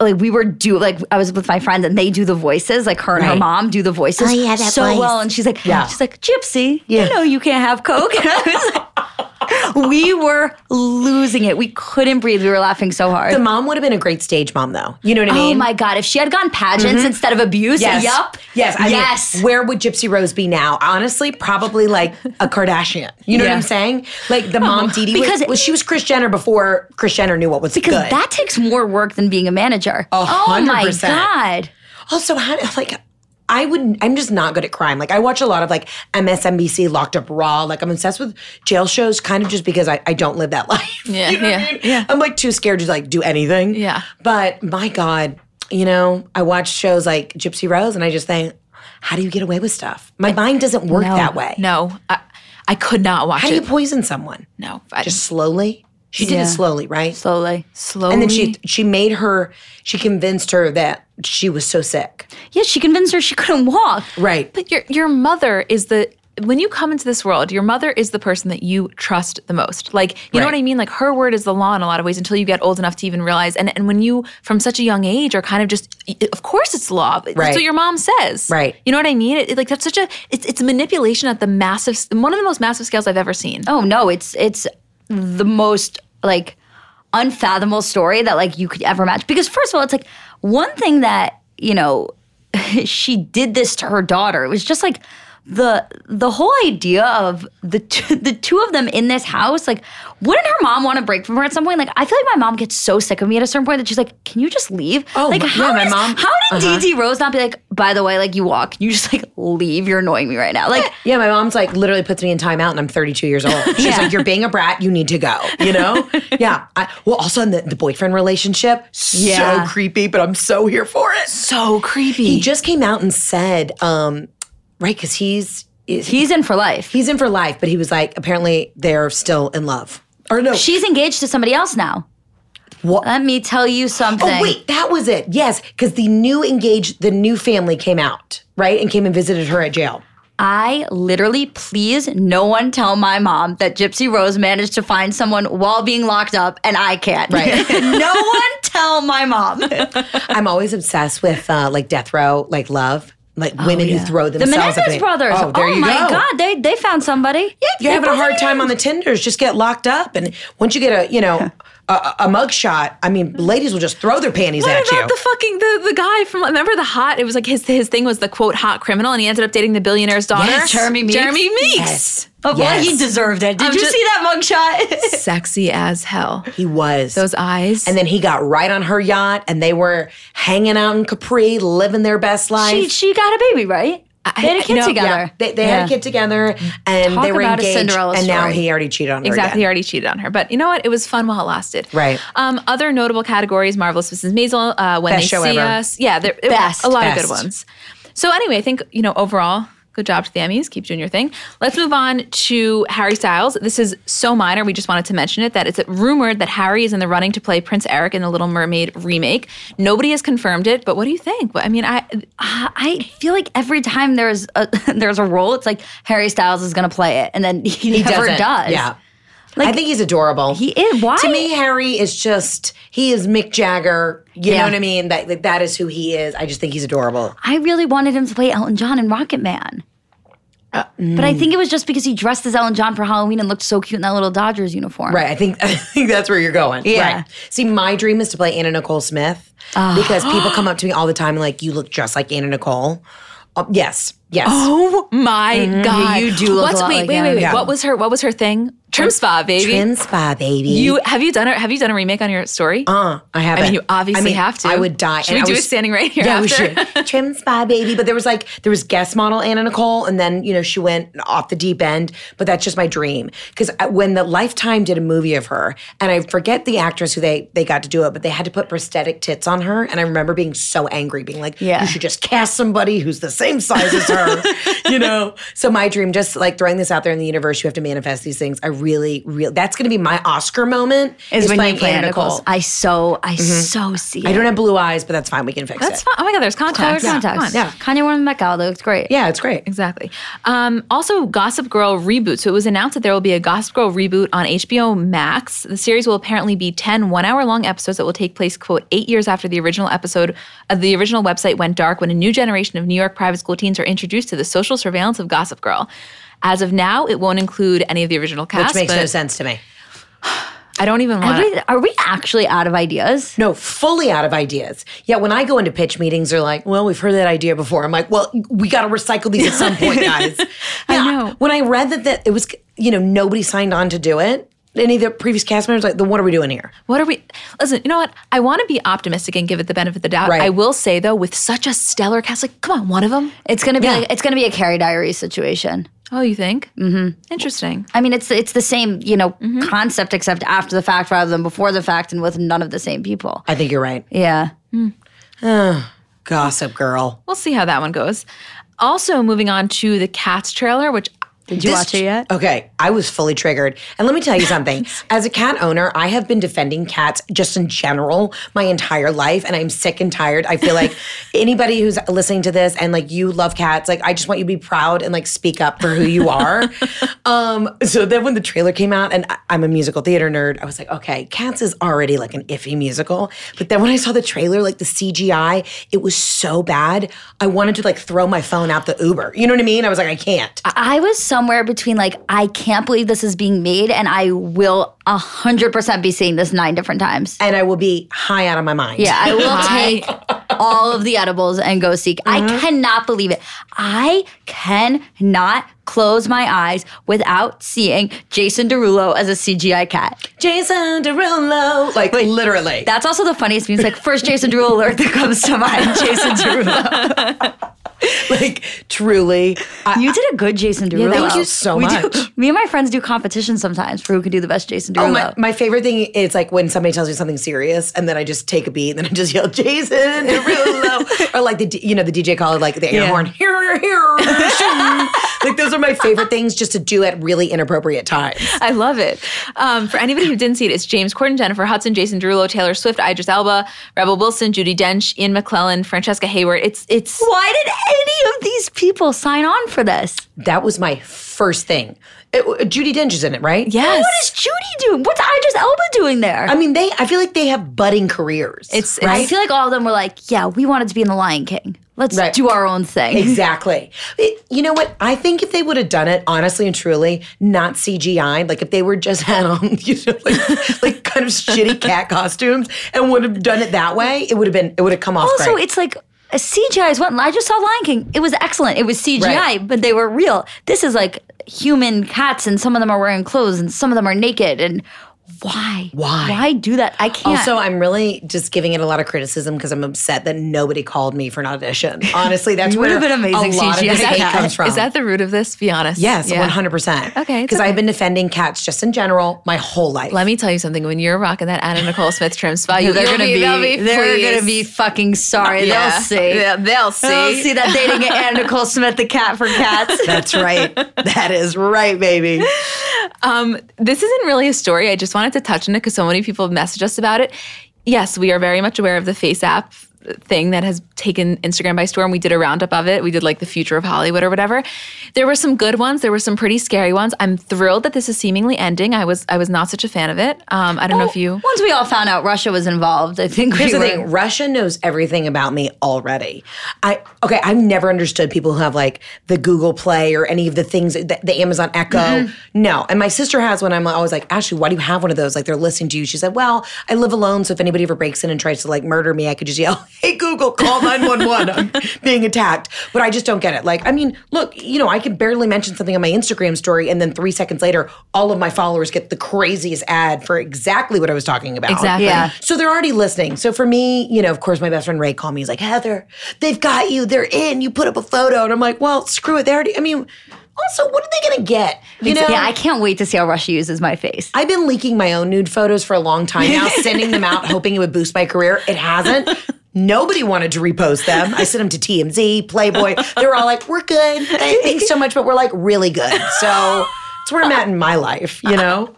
Like we were do like I was with my friends and they do the voices like her and her Right. mom do the voices Oh, yeah, that so voice. well and she's like Yeah. she's like Gypsy Yeah. you know you can't have coke [LAUGHS] and I was like we were losing it we couldn't breathe we were laughing so hard the mom would have been a great stage mom, though. You know what I oh mean? Mm-hmm. my god if she had gone pageants instead of abuse Yes. yup Yes. I mean, yes where would Gypsy Rose be now? Honestly, probably like a Kardashian. You know what Yeah. I'm saying? Like the mom, Dee Dee, Oh Because- was, was- she was Chris Jenner before Chris Jenner knew what was because good. that takes more work than being a manager oh hundred my percent. god Also, how like I wouldn't. I'm just not good at crime. Like I watch a lot of like MSNBC, Locked Up Raw. Like I'm obsessed with jail shows, kind of just because I, I don't live that [LAUGHS] life. Yeah, you know yeah, what I mean? yeah. I'm like too scared to like do anything. Yeah. But my God, you know, I watch shows like Gypsy Rose, and I just think, how do you get away with stuff? My mind doesn't work that way. No, I, I could not watch How do it. you poison someone? no, I Just slowly. She did Yeah. it slowly, right? slowly slowly. And then she she made her. She convinced her that she was so sick. yeah she convinced her she couldn't walk Right. But your your mother is the when you come into this world, your mother is the person that you trust the most. Like, you know Right. what I mean? Like her word is the law in a lot of ways until you get old enough to even realize. And and when you from such a young age are kind of just of course it's law. That's Right. what your mom says. Right. You know what I mean? It, it- like that's such a it's it's manipulation at the massive one of the most massive scales I've ever seen. Oh no, it's it's the most like unfathomable story that like you could ever match. Because first of all, it's like one thing that, you know, [LAUGHS] she did this to her daughter. It was just like the the whole idea of the two, [LAUGHS] the two of them in this house, like, wouldn't her mom want to break from her at some point? Like, I feel like my mom gets so sick of me at a certain point that she's like, "Can you just leave?" Oh, like, my- yeah, my does- mom- Uh-huh. How did Dee Dee Rose not be like, "By the way, like you walk, you just like leave. You're annoying me right now." Like, Yeah, my mom's like literally puts me in timeout and I'm 32 years old. She's like, you're being a brat, you need to go, you know? yeah. I, well, also in the, the boyfriend relationship, Yeah. so creepy, but I'm so here for it. So creepy. He just came out and said, um, right, because he's, is- he's in for life. he's in for life, but he was like, apparently they're still in love. Or no, She's engaged to somebody else now. What? Let me tell you something. Oh wait, that was it. Yes, because the new engaged, the new family came out, right, and came and visited her at jail. I literally, please, no one tell my mom that Gypsy Rose managed to find someone while being locked up and I can't. Right. [LAUGHS] no one tell my mom. The I'm always obsessed with uh, like death row, like love, like women who throw themselves. at Menendez brothers. Oh, there you my go. God. They they found somebody. Yeah. You're having a hard time on the Tinders. Just get locked up, and once you get a, you know, a, a mugshot, I mean, ladies will just throw their panties What at about you. the fucking the, the guy from remember the hot? It was like his his thing was the quote hot criminal, and he ended up dating the billionaire's daughter, Yes. Jeremy Meeks. Jeremy Meeks. [LAUGHS] yes, But yes. boy, he deserved it. Did I'm you just- see that [LAUGHS] mugshot? sexy as hell. he was. Those eyes. and then he got right on her yacht, and they were hanging out in Capri, living their best life. she she got a baby, right? I- They had a kid no, together. Yeah, they, they had a Yeah. kid together, and Talk they were about a engaged, Cinderella and now story. he already cheated on her. Exactly. He again. already cheated on her. But you know what? It was fun while it lasted. Right. Um, other notable categories Marvelous Mrs. Maisel, uh, When Best They show See ever. Us. Yeah, there, it- Best. a lot of Best. good ones. So, anyway, I think, you know, overall, good job to the Emmys. Keep doing your thing. Let's move on to Harry Styles. This is so minor. We just wanted to mention it that it's rumored that Harry is in the running to play Prince Eric in the Little Mermaid remake. Nobody has confirmed it, but what do you think? I mean, I. I feel like every time there's a [LAUGHS] there's a role, it's like Harry Styles is going to play it, and then he, never doesn't. does. Yeah. Like- I think he's adorable. he is. Why? to me, Harry is just he is Mick Jagger. You Yeah. know what I mean? That like, that is who he is. I just think he's adorable. I really wanted him to play Elton John in Rocket Man. Uh, But mm. I think it was just because he dressed as Elton John for Halloween and looked so cute in that little Dodgers uniform. Right. I think [LAUGHS] I think that's where you're going. Yeah. Right. Ah. See, my dream is to play Anna Nicole Smith because people come up to me all the time and like, you look just like Anna Nicole. Uh, yes. Yes. Oh my God! you do look a What's, lot wait, wait, like wait, Anna. wait. Yeah. What was her? What was her thing? Trim spa, baby. Trin spa, baby. You Um, have you done a have you done a remake on your story? Uh, I haven't. I mean, you obviously I mean, have to. I would die. Should we And I do was- it standing right here? Yeah, we after? [LAUGHS] should. Trim spy baby. But there was like there was guest model Anna Nicole, and then you know she went off the deep end. But that's just my dream because when the Lifetime did a movie of her, and I forget the actress who they they got to do it, but they had to put prosthetic tits on her, and I remember being so angry, being like, Yeah. you should just cast somebody who's the same size as her, [LAUGHS] you know." So my dream, just like throwing this out there in the universe, you have to manifest these things. I really, really, that's going to be my Oscar moment Is when playing you play Anna Mm-hmm. Anna Nichols. I so I so see. I don't have blue eyes, but that's fine. We can fix That's it. fine. Oh my God, there's color contacts. contacts. Come on. Yeah. Kanye won the Met Gala. That looks great. Yeah, it's great. Exactly. Um, also, Gossip Girl reboot. So it was announced that there will be a Gossip Girl reboot on HBO Max. The series will apparently be 10 one hour long episodes that will take place, quote, eight years after the original episode of the original website went dark when a new generation of New York private school teens are introduced to the social surveillance of Gossip Girl. As of now, it won't include any of the original cast. Which makes but no sense to me. I don't even want Are to. we, are we actually out of ideas? No, fully out of ideas. Yeah, when I go into pitch meetings, they're like, well, we've heard that idea before. I'm like, well, we got to recycle these at some [LAUGHS] point, guys. Yeah, know. When I read that, that it was, you know, nobody signed on to do it, any of the previous cast members, like, then what are we doing here? What are we? Listen, you know what? I want to be optimistic and give it the benefit of the doubt. Right. I will say though, with such a stellar cast, like, come on, one of them. It's gonna be like it's gonna be a Carrie Diary situation. Oh, you think? Mm-hmm. Interesting. I mean, it's it's the same you know concept except after the fact rather than before the fact and with none of the same people. I think you're right. Yeah. Gossip girl. We'll see how that one goes. Also, moving on to the Cats trailer, which Did you watch it yet? Okay, I was fully triggered. And let me tell you [LAUGHS] something. As a cat owner, I have been defending cats just in general my entire life, and I'm sick and tired. I feel [LAUGHS] like anybody who's listening to this and like you love cats, like I just want you to be proud and like speak up for who you [LAUGHS] are. um, so then when the trailer came out, and I- I'm a musical theater nerd, I was like, okay, Cats is already like an iffy musical. But then when I saw the trailer, like the CGI, it was so bad. I wanted to like throw my phone out the Uber. You know what I mean? I was like, I can't. I was somewhere between like I can't believe this is being made and I will hundred percent be seeing this nine different times. and I will be high out of my mind. Yeah, I will take all of the edibles and go seek. I cannot believe it. I cannot close my eyes without seeing Jason Derulo as a CGI cat. Jason Derulo, like literally. That's also the funniest music. First Jason Derulo alert that comes to mind. Jason Derulo. [LAUGHS] like truly. I, You did a good Jason Derulo. thank you so We much. Do, me and my friends do competitions sometimes for who can do the best Jason Derulo. Oh, my, my favorite thing is like when somebody tells me something serious and then I just take a beat and then I just yell Jason Derulo or like the D- you know the DJ caller like the air horn here here shoo." like those are my favorite things just to do at really inappropriate times. [LAUGHS] I love it. Um, for anybody who didn't see it, it's James Corden, Jennifer Hudson, Jason Derulo, Taylor Swift, Idris Elba, Rebel Wilson, Judy Dench, Ian McClellan, Francesca Hayward. It's it's Why did any of these people sign on for this? That was my first thing. It, Judy Dench is in it, right? yes. What is Judy doing? What's Idris Elba doing there? I mean, they. I feel like they have budding careers. It's- it's- I feel like all of them were like, yeah, we wanted to be in The Lion King. Let's Right. do our own thing. Exactly. It- you know what? I think if they would have done it honestly and truly, not CGI, like if they were just [LAUGHS] had on, you know, like, like kind of shitty cat costumes and would have done it that way, it would have been, it would have come off Also, great. it's like a CGI is one. I just saw Lion King. It was excellent. It was CGI, Right. but they were real. This is like human cats, and some of them are wearing clothes, and some of them are naked. And why? Why? Why do that? I can't. Also, I'm really just giving it a lot of criticism because I'm upset that nobody called me for an audition. Honestly, that's You where would've been amazing, a lot of Gigi. this Is hate that- comes from. Is that the root of this? Be honest. yes, Yeah. 100%. Okay, it's Because okay. I've been defending cats just in general my whole life. Let me tell you something. When you're rocking that Anna Nicole Smith trim spot, you, they're are gonna be, they're gonna be fucking sorry. They'll see. Yeah, they'll see. They'll see that dating Anna Nicole Smith, the cat for cats. [LAUGHS] That's right. that is right, baby. Um, this isn't really a story. I just wanted to touch on it because so many people have messaged us about it. Yes, we are very much aware of the Face app thing that has taken Instagram by storm. We did a roundup of it. We did like the future of Hollywood or whatever. There were some good ones. There were some pretty scary ones. I'm thrilled that this is seemingly ending. I was I was not such a fan of it. Um, I don't know if you. Once we all found out Russia was involved, I think Here's we the were, thing: Russia knows everything about me already. I okay. I've never understood people who have like the Google Play or any of the things, the, the Amazon Echo. No, and my sister has one. I'm always like, Ashley, why do you have one of those? Like they're listening to you. She said, Well, I live alone, so if anybody ever breaks in and tries to like murder me, I could just yell, Hey Google, call nine one one. I'm being attacked. But I just don't get it. Like, I mean, look, you know, I can barely mention something on my Instagram story, and then three seconds later, all of my followers get the craziest ad for exactly what I was talking about. Exactly. Yeah. So they're already listening. So for me, you know, of course, my best friend Ray called me. He's like, Heather, they've got you. They're in. You put up a photo. And I'm like, well, screw it. They already, I mean, also, what are they going to get? You know? yeah, I can't wait to see how Russia uses my face. I've been leaking my own nude photos for a long time [LAUGHS] now, sending them out, hoping it would boost my career. It hasn't. Nobody wanted to repost them. I sent them to TMZ, Playboy. They were all like, we're good. Hey, Thanks so much, but we're like really good. So it's where I'm at in my life, you know?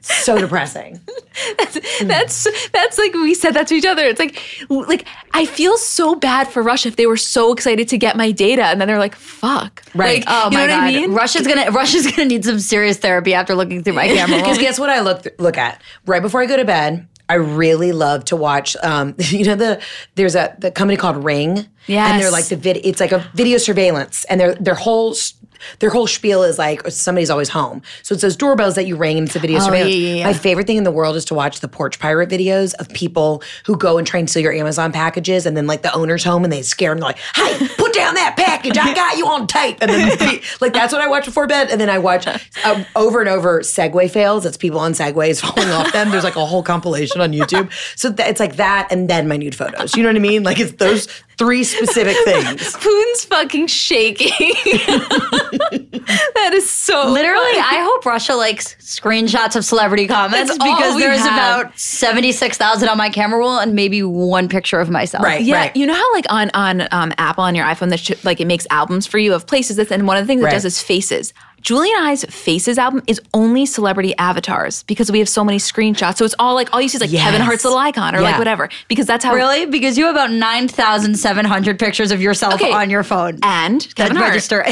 So depressing. Oh, [LAUGHS] That's that's like we said that to each other. It's like like I feel so bad for Russia if they were so excited to get my data and then they're like, fuck. Right. Like, oh you know what I mean? Russia's gonna Russia's gonna need some serious therapy after looking through my [LAUGHS] camera. roll. Because guess what I look look at right before I go to bed. I really love to watch. Um, [LAUGHS] you know the there's a the company called Ring. and Yes. they're like the vid. It's like a video surveillance, and their their whole s- their whole spiel is like somebody's always home. So it's those doorbells that you ring, and it's a video surveillance. Oh, yeah, yeah, My favorite thing in the world is to watch the porch pirate videos of people who go and try and steal your Amazon packages, and then like the owner's home, and they scare them. They're like, "Hey, put down that package! I got you on tape!" And then they- like that's what I watch before bed, and then I watch um, over and over Segway fails. It's people on Segways [LAUGHS] falling off them. There's like a whole compilation on YouTube. So th- it's like that, and then my nude photos. You know what I mean? Like it's those three specific things. Poon's fucking shaking. [LAUGHS] that is so Literally, I hope Russia likes screenshots of celebrity comments That's all because we there's have. about seventy six thousand on my camera roll and maybe one picture of myself. Right. Yeah, right. you know how like on on um, Apple on your iPhone that sh- like it makes albums for you of places. That's, and one of the things it Right. does is faces. Julie and I's faces album is only celebrity avatars because we have so many screenshots. So it's all like all you see is like Kevin Yes. Hart's little icon or like Yeah. whatever because that's how Really? Because you have about nine thousand seven hundred pictures of yourself Okay. on your phone. and that Kevin Hart. register.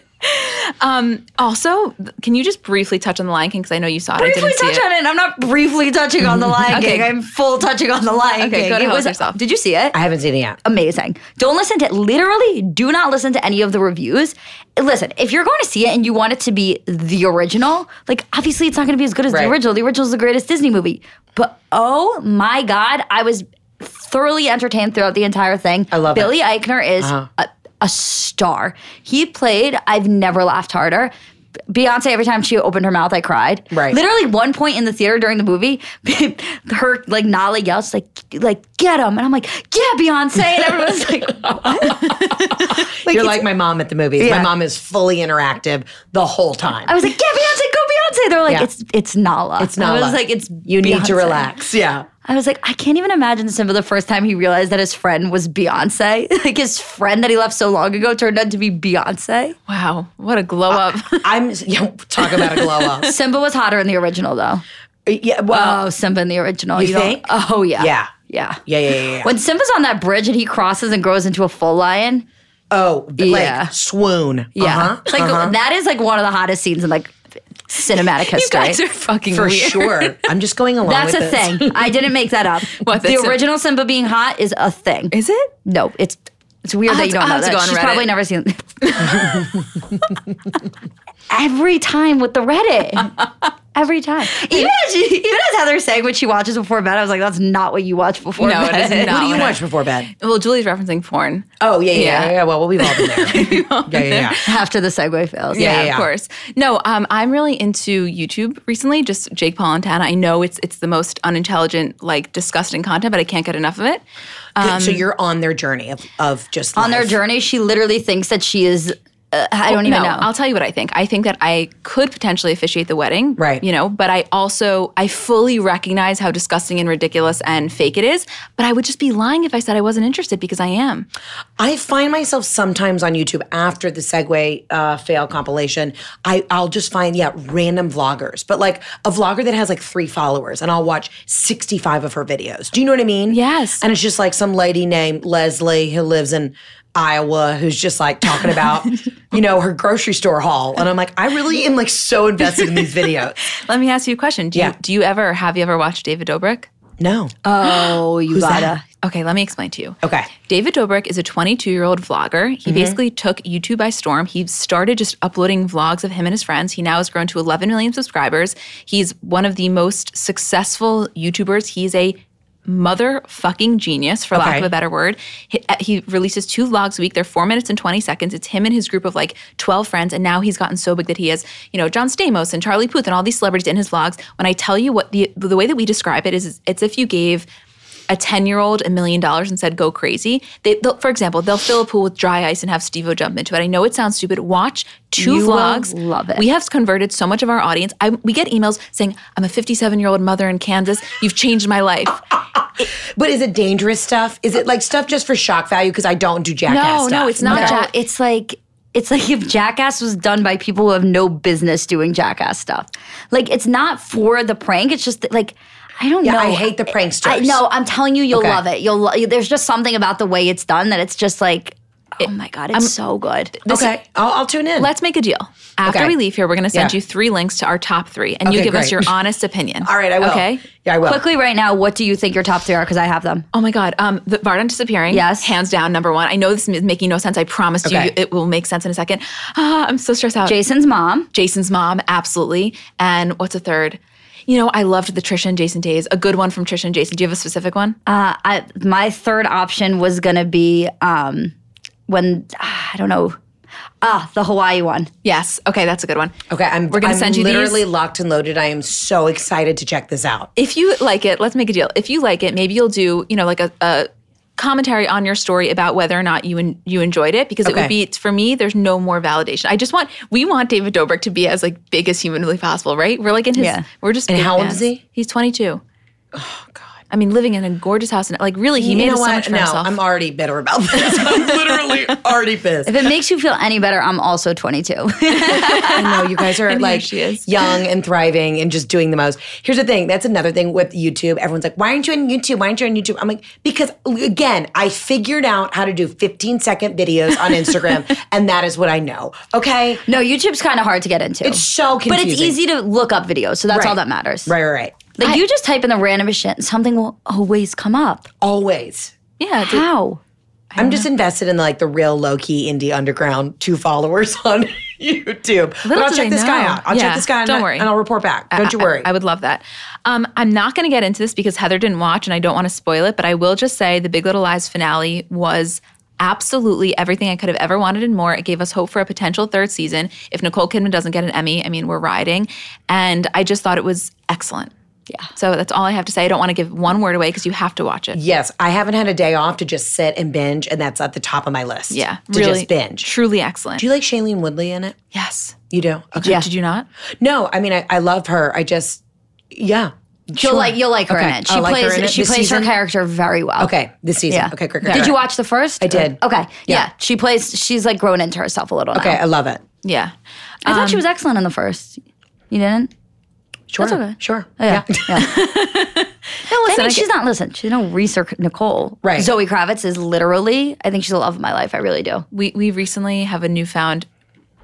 [LAUGHS] Yeah. Also, th- can you just briefly touch on the Lion King because I know you saw it. I briefly didn't touch see it. on it. I'm not briefly [LAUGHS] touching on the Lion Okay. King. I'm full touching on the Lion Okay, King. go to It hell with was- yourself. Did you see it? I haven't seen it yet. amazing. Don't listen to literally do not listen to any of the reviews. Listen, if you're going to see it and you want it to be the original, like obviously it's not going to be as good as Right. the original. The original is the greatest Disney movie. But oh my god, I was thoroughly entertained throughout the entire thing. I love it. Billy Eichner is Uh-huh. a, a star. He played I've never laughed harder. Beyonce, every time she opened her mouth, I cried. Right. Literally, one point in the theater during the movie, [LAUGHS] her like Nala yells like like get him, and I'm like yeah, Beyonce, and [LAUGHS] everyone's like You're it's- like my mom at the movies. Yeah. My mom is fully interactive the whole time. I was like yeah, Beyonce, go Beyonce. They're like Yeah. it's it's Nala. It's Nala. I was like it's you need to Beyonce." relax. Yeah. I was like I can't even imagine Simba the first time he realized that his friend was Beyonce. [LAUGHS] Like his friend that he left so long ago turned out to [LAUGHS] be Beyonce. Wow, what a glow up! [LAUGHS] I'm [LAUGHS] you know, talk about a glow up. Simba was hotter in the original though. [LAUGHS] Yeah. Well, Oh, Simba in the original. You, don't- think? Oh yeah. Yeah. Yeah. yeah, yeah, yeah. yeah. When Simba's on that bridge and he crosses and grows into a full lion, oh, Yeah. like swoon. [LAUGHS] yeah, Uh-huh. like that is like one of the hottest scenes in like cinematic [LAUGHS] you history. guys are fucking For weird. sure. I'm just going along That's a with this. thing. I didn't make [LAUGHS] that up. What, the that's a- original Simba being hot is a thing. Is it? No, it's it's weird I'll that have you to- don't I'll know have to go on Reddit. that. She's [LAUGHS] probably never seen. [LAUGHS] every time with the Reddit. Every [LAUGHS] time. even, as she, even as Heather's saying what she watches before bed, I was like, that's not [LAUGHS] what you watch before No, it bed. is not. What do you Oh, watch before bed? Well, Julie's referencing porn. Oh yeah, yeah, yeah. Yeah. yeah, Well, we've [LAUGHS] all been there. yeah, yeah, yeah. After the segue fails. yeah, yeah. of course. No, um, I'm really into YouTube recently. Just Jake Paul and Tana. I know it's it's the most unintelligent, like disgusting content, but I can't get enough of it. Good. so you're on their journey of, of just Um, On their life. journey, she literally thinks that she is. Uh, I don't No, even know. I'll tell you what I think. I think that I could potentially officiate the wedding, Right. You know, but I also I fully recognize how disgusting and ridiculous and fake it is. But I would just be lying if I said I wasn't interested because I am. I find myself sometimes on YouTube after the Segway uh, fail compilation. I I'll just find yeah random vloggers, but like a vlogger that has like three followers, and I'll watch sixty five of her videos. Do you know what I mean? Yes. And it's just like some lady named Leslie who lives in Iowa who's just like talking [LAUGHS] about you know her grocery store haul, and I'm like I really am like so invested in these [LAUGHS] videos. Let me ask you a question. Do Yeah. you do you ever have you ever watched David Dobrik? No. Uh, [GASPS] oh, you gotta. Okay, let me explain to you. okay. David Dobrik is a 22 year old vlogger. He basically took YouTube by storm. He started just uploading vlogs of him and his friends. He now has grown to 11 million subscribers. He's one of the most successful YouTubers. He's a motherfucking genius, for lack Okay. of a better word. He, uh, he releases two vlogs a week. They're four minutes and 20 seconds. It's him and his group of like 12 friends. And now he's gotten so big that he has, you know, John Stamos and Charlie Puth and all these celebrities in his vlogs. When I tell you what the, the way that we describe it is, it's if you gave a 10 year old a million dollars and said, go crazy. They, they'll- for example, they'll fill a pool with dry ice and have Steve O jump into it. I know it sounds stupid. Watch two You will vlogs. love it. We have converted so much of our audience. I, we get emails saying, I'm a 57 year old mother in Kansas. You've changed my life. But is it dangerous stuff? Is it like stuff just for shock value? Because I don't do jackass no, stuff. no, it's not No, Jack. it's like it's like if Jackass was done by people who have no business doing Jackass stuff. Like it's not for the prank. It's just like I don't know. I hate the pranksters. I, no, I'm telling you, you'll Okay. love it. You'll lo- there's just something about the way it's done that it's just like oh my god, it's so good. Okay, I'll, I'll tune in. Let's make a deal. After Okay. we leave here, we're going to send Yeah. you three links to our top three, and you Okay, give us great. your honest opinion. All right, I will. Okay. Yeah, I will. Quickly right now, what do you think your top three are? Because I have them. Oh my God. Um, the Vardon disappearing. Yes. Hands down, number one. I know this is making no sense. I promise you, Okay. you, it will make sense in a second. Ah, I'm so stressed out. Jason's mom. Jason's mom, absolutely. And what's a third? You know, I loved the Trisha and Jason days. A good one from Trisha and Jason. Do you have a specific one? Uh, I, my third option was gonna be um, when ah, I don't know. Ah, the Hawaii one. yes. Okay, that's a good one. Okay, I'm. We're gonna I'm send you literally these. locked and loaded. I am so excited to check this out. If you like it, let's make a deal. If you like it, maybe you'll do, you know, like a, a commentary on your story about whether or not you en- you enjoyed it because it Okay. would be for me there's no more validation. I just want we want David Dobrik to be as like big as humanly possible, right? We're like in his Yeah. we're just And big how old fans. is he? He's 22. Oh god. I mean, living in a gorgeous house and like really he made you know us so what? much for no, himself. I'm already bitter about [LAUGHS] this. I'm literally already pissed. If it makes you feel any better, I'm also 22. I know you guys are like she is. young and thriving and just doing the most. Here's the thing. That's another thing with YouTube. Everyone's like, "Why aren't you on YouTube? Why aren't you on YouTube?" I'm like, because again, I figured out how to do 15 second videos on [LAUGHS] Instagram, and that is what I know. Okay. [LAUGHS] no, YouTube's kind of hard to get into. It's so confusing. But it's easy to look up videos, so that's Right. all that matters. Right, right, right. Like you just type in the randomest shit, and something will always come up. Always. yeah, it's a- How? I'm just invested in like the real low key indie underground two followers [LAUGHS] on YouTube. but I'll do check they this guy know. out. I'll Yeah, check this guy out. don't and I- worry. And I'll report back. Don't you I- worry. I, would love that. Um, I'm not going to get into this because Heather didn't watch and I don't want to spoil it, but I will just say the Big Little Lies finale was absolutely everything I could have ever wanted and more. It gave us hope for a potential third season. If Nicole Kidman doesn't get an Emmy, I mean, we're riding. And I just thought it was excellent. Yeah. So that's all I have to say. I don't want to give one word away because you have to watch it. yes, I haven't had a day off to just sit and binge, and that's at the top of my list. Yeah. To really, just binge. Truly excellent. Do you like Shailene Woodley in it? yes. You do? Okay. Yeah. Did you not? No, I mean, I, I love her. I just, yeah. You'll like you'll like her in Okay. it. She I'll like her plays in it she this plays season? her character very well. Okay, this season. Yeah. Okay, great, great. Did great. you watch the first? I did. Okay. Yeah. Yeah. She plays. She's like grown into herself a little. Okay, Um, Now. I love it. Yeah. I thought she was excellent in the first. You didn't? Sure. okay. Sure. Oh, Yeah. yeah. yeah. No, I listen, mean, I she's not. Listen, she's no research. Nicole. Right. Zoe Kravitz is literally. I think she's the love of my life. I really do. we we recently have a newfound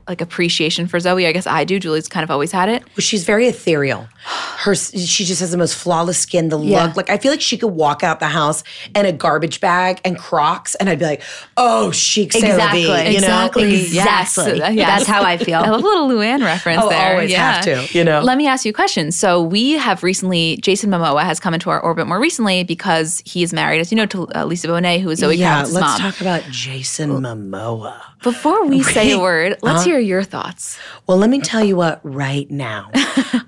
like appreciation for Zoe. I guess I do. Julie's kind of always had it. Well, she's very ethereal. Her she just has the most flawless skin. The Yeah. look, like I feel like she could walk out the house in a garbage bag and Crocs, and I'd be like, "Oh, chic, c'est la vie," Exactly. you know. Exactly. Yes. Exactly. Yes. That's [LAUGHS] how I feel. I love a little Luann reference Oh, there. always yeah. have to, you know? Let me ask you a question. So we have recently, Jason Momoa has come into our orbit more recently because he is married, as you know, to uh, Lisa Bonet, who is Zoe yeah, Kravitz's let's mom. talk about Jason Momoa. Before we say a word, let's hear your thoughts. Well, let me tell you what, right now.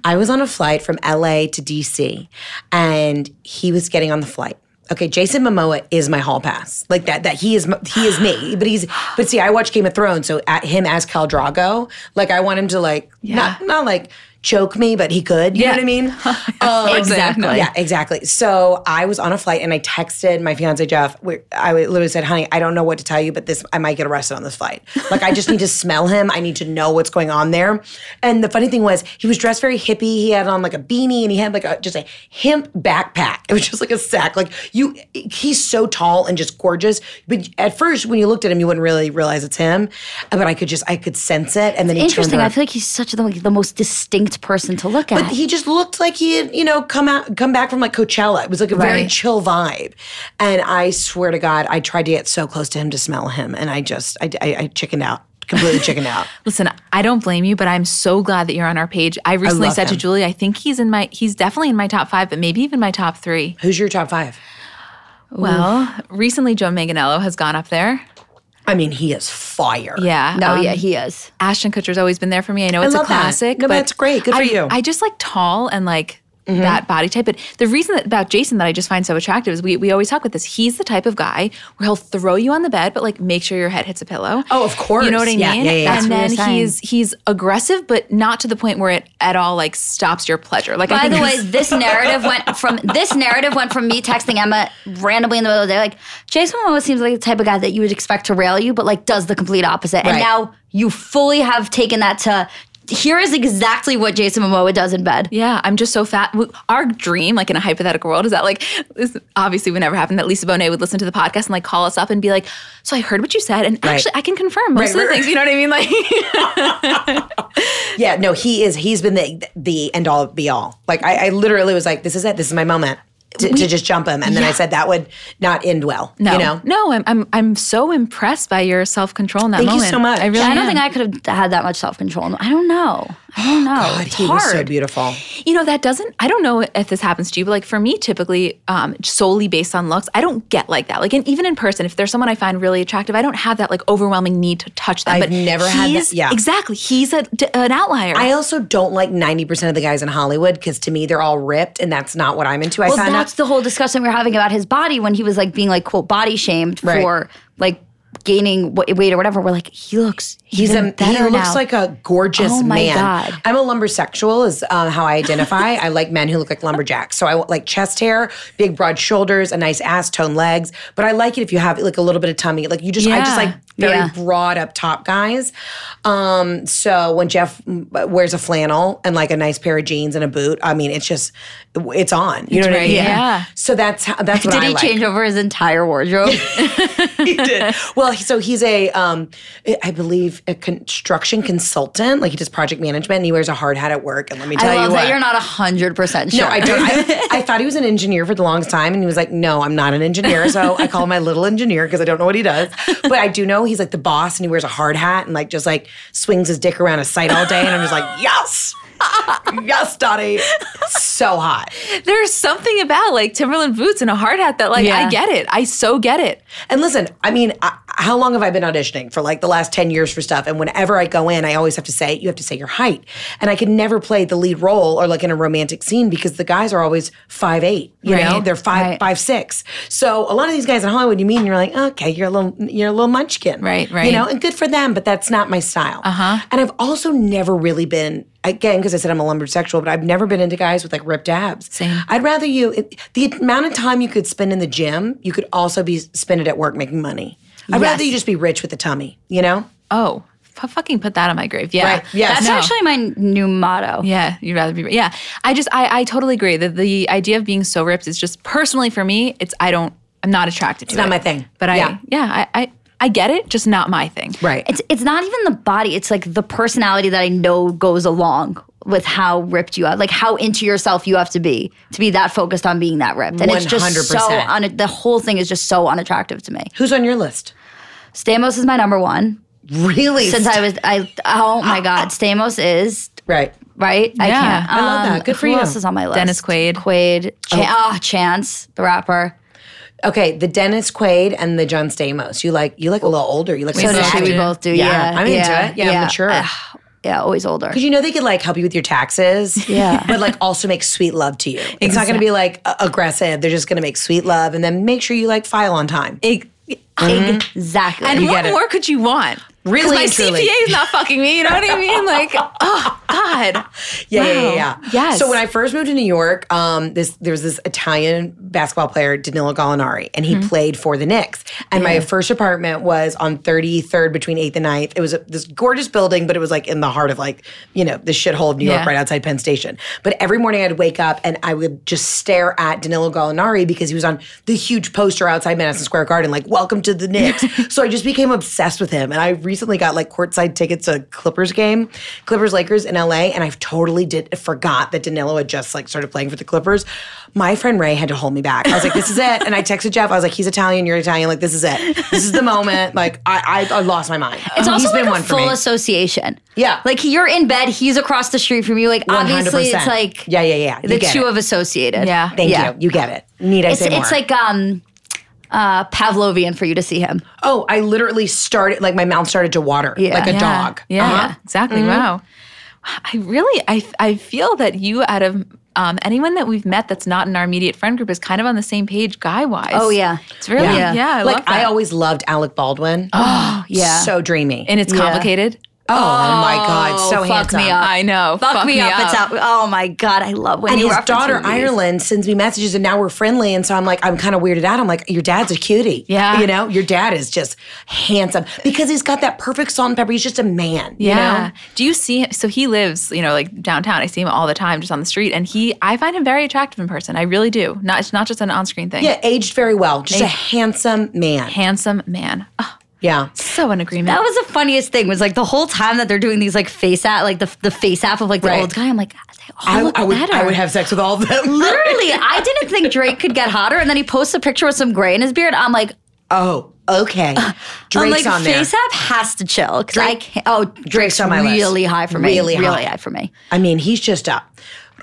I was on a flight from LA to DC and he was getting on the flight. Okay, Jason Momoa is my hall pass. Like that that he is m- he is me. But he's but see, I watch Game of Thrones, so at him as Khal Drago, like I want him to like not not like choke me, but he could. You know what I mean? Um, Exactly. Yeah, exactly. So I was on a flight and I texted my fiance Jeff. we- I literally said, "Honey, I don't know what to tell you, but this I might get arrested on this flight. Like I just need to [LAUGHS] smell him. I need to know what's going on there." And the funny thing was, he was dressed very hippie. He had on like a beanie and he had like a just a hemp backpack. It was just like a sack. Like you, he's so tall and just gorgeous. But at first, when you looked at him, you wouldn't really realize it's him. But I could just I could sense it. And then he turned Interesting. around. I feel like he's such the, like, the most distinct person to look at. But he just looked like he had, you know, come out, come back from like Coachella. It was like a very Right. chill vibe. And I swear to God, I tried to get so close to him to smell him, and I just, I, I, I chickened out, completely chickened out. Listen, I don't blame you, but I'm so glad that you're on our page. I recently love said to him. Julie, I think he's in my, he's definitely in my top five, but maybe even my top three. Who's your top five? Well, recently Joe Manganiello has gone up there. I mean, he is fire. Yeah. no, um, yeah, [LAUGHS] he is. Ashton Kutcher's always been there for me. I know it's a love that. classic. No, but that's great. Good for I- you. Mm-hmm. I just like tall and like that body type. But the reason that about Jason that I just find so attractive is we, we always talk about this. He's the type of guy where he'll throw you on the bed, but like make sure your head hits a pillow. Oh, of course. You know what I Yeah, mean? yeah, yeah. That's And what we then were saying. he's he's aggressive, but not to the point where it at all like stops your pleasure. Like I By think the way, he's- this narrative went from this narrative went from me texting Emma randomly in the middle of the day, like Jason Momoa seems like the type of guy that you would expect to rail you, but like does the complete opposite. And Right. now you fully have taken that to here is exactly what Jason Momoa does in bed. Yeah, I'm just so fat. W- Our dream, like in a hypothetical world, is that like this obviously would never happen that Lisa Bonet would listen to the podcast and like call us up and be like, "So I heard what you said, and actually I can confirm most Right, of the right, things." You know what I mean? [LAUGHS] Like, Yeah, no, he is. He's been the the end all be all. Like I, I literally was like, this is it. This is my moment to, to just jump him. And then I said that would not end well. no, you know. no, I'm I'm I'm so impressed by your self control in that Thank you moment. so much. I really, I am. don't think I could have had that much self control. I don't know. I [GASPS] don't know. God, It's he was so hard. beautiful. you know that doesn't. I don't know if this happens to you, but like for me, typically um, solely based on looks, I don't get like that. Like, and even in person, if there's someone I find really attractive, I don't have that like overwhelming need to touch them. I've but never had that- he's- yeah. exactly. He's a, d- an outlier. I also don't like 90% of the guys in Hollywood because to me they're all ripped and that's not what I'm into. I Well, signed that's up. the whole discussion we were having about his body when he was like being like quote body shamed Right. for like gaining wa- weight or whatever. We're like, he looks He's even a, he better looks now. like a gorgeous Oh my man. God. I'm a lumbersexual is uh, how I identify. I like men who look like lumberjacks. So I want like chest hair, big broad shoulders, a nice ass, toned legs. But I like it if you have like a little bit of tummy. Like you just, I Yeah. just like very Yeah. broad up top guys. Um, so when Jeff mm, wears a flannel and like a nice pair of jeans and a boot, I mean, it's just, it's on. You know what I right, mean? yeah. So that's how, that's what Did I he like. change over his [LAUGHS] entire wardrobe? he did. Well, he- so he's a, um, I believe, a construction consultant. Like he does project management, and he wears a hard hat at work. And let me tell I you love what, that you're not hundred percent sure. No, I don't. I, [LAUGHS] I thought he was an engineer for the longest time, and he was like, "No, I'm not an engineer." So I call him my little engineer because I don't know what he does. But I do know he's like the boss, and he wears a hard hat and like just like swings his dick around a site all day. And I'm just like, "Yes, [LAUGHS] yes, Dottie, so hot." There's something about like Timberland boots and a hard hat that like Yeah. I get it. I so get it. And listen, I mean, I, how long have I been auditioning for like the last 10 years for stuff? And whenever I go in, I always have to say, you have to say your height. And I could never play the lead role or like in a romantic scene because the guys are always five eight. you know, Right, they're five right. five six. So a lot of these guys in Hollywood, you meet and you're like, okay, you're a little, you're a little munchkin. Right, You right. know, and good for them, but that's not my style. Uh-huh. And I've also never really been, again, because I said I'm a lumbersexual, but I've never been into guys with like ripped abs. Same. I'd rather you it, the amount of time you could spend in the gym, you could also be spend it at work making money. I'd rather you just be rich with the tummy, you know? Oh, fu- fucking put that on my grave. Yeah. Right. Yes. That's No. actually my new motto. Yeah, you'd rather be. Yeah, I just I I totally agree that the idea of being so ripped is just personally for me. It's I don't I'm not attracted to not it. my thing. But I Yeah. yeah I. I I get it, just not my thing. Right. It's it's not even the body. It's like the personality that I know goes along with how ripped you are, like how into yourself you have to be to be that focused on being that ripped. And it's just so 100%. un- the whole thing is just so unattractive to me. Who's on your list? Stamos is my number one Really? since I was I. Oh my God, Stamos is right. right. I Yeah, can't. um, I love that. Good for who you. else is on my list? Dennis Quaid. Quaid. Chan- oh. Chance, the rapper. Okay, the Dennis Quaid and the John Stamos. You like you like a little older. You like So does she. savvy. We both do. Yeah, I'm into yeah, Uh, it. Yeah, mature. Ugh, yeah, always older. Because you know they could like help you with your taxes, Yeah. but like also make sweet love to you. It's not going to be like a- aggressive. They're just going to make sweet love and then make sure you like file on time. Mm-hmm. Exactly. And what get it. more could you want? 'Cause Really my and truly. CPA is not fucking me. You know what I mean? [LAUGHS] Like, oh God. Yeah, yeah, Wow. yeah, yeah. Yes. So when I first moved to New York, um, this there was this Italian basketball player, Danilo Gallinari, and he Hmm. played for the Knicks. And my first apartment was on 33rd between 8th and 9th. It was a, this gorgeous building, but it was like in the heart of like, you know, the shithole of New York Yeah. right outside Penn Station. But every morning I'd wake up and I would just stare at Danilo Gallinari because he was on the huge poster outside Madison Square Garden, like, welcome to the [LAUGHS] Knicks. so I just became obsessed with him. And I recently got like courtside tickets to a Clippers game, Clippers Lakers in LA. And I've totally did forgot that Danilo had just like started playing for the Clippers. My friend Ray had to hold me back. I was like, this is it. And I texted Jeff, I was like, he's Italian, you're Italian. Like, this is it. This is the moment. Like, I, I, I lost my mind. He's It's also like a for full me. association. Yeah. like you're in bed, he's across the street from you. Like obviously, 100%. it's like Yeah, yeah, yeah. You the get two it. of associated. Yeah. Thank Yeah. you. You get it. Need I It's say more? it's like um, uh, Pavlovian for you to see him. oh, I literally started like my mouth started to water Yeah. like a yeah. dog. Uh, Uh-huh. Yeah, Uh-huh. exactly. Mm-hmm. Wow. I really, I, I feel that you out of um, anyone that we've met that's not in our immediate friend group is kind of on the same page guy wise. Oh yeah, It's really, Yeah. yeah. I like love that. I always loved Alec Baldwin. Oh, yeah. so dreamy. and it's Yeah. complicated. oh, my god, so fuck handsome. me up. I know. fuck, me, up. It's up. Oh my god, I love when And you his reference daughter movies. Ireland sends me messages, and now we're friendly. And so I'm like, I'm kind of weirded out. I'm like, your dad's a cutie. Yeah. you know, your dad is just handsome because he's got that perfect salt and pepper. He's just a man. you Yeah. know? Do you see him? So he lives, you know, like downtown. I see him all the time, just on the street, and he, I find him very attractive in person. I really do. Not, it's not just an on-screen thing. yeah, aged very well. Just a handsome man. Handsome man. Oh, yeah. so in agreement. That was the funniest thing. Was like the whole time that they're doing these like face app, like the the face app of like the Right. old guy. I'm like, God, they all I, look I would. better. I would have sex with all of them. [LAUGHS] Literally, I didn't think Drake could get hotter, and then he posts a picture with some gray in his beard. I'm like, Oh, okay. Drake's Uh, I'm like, on there. Face app has to chill because I can't. Oh, Drake's, on my list. really high for me. Really really high. high for me. I mean, he's just a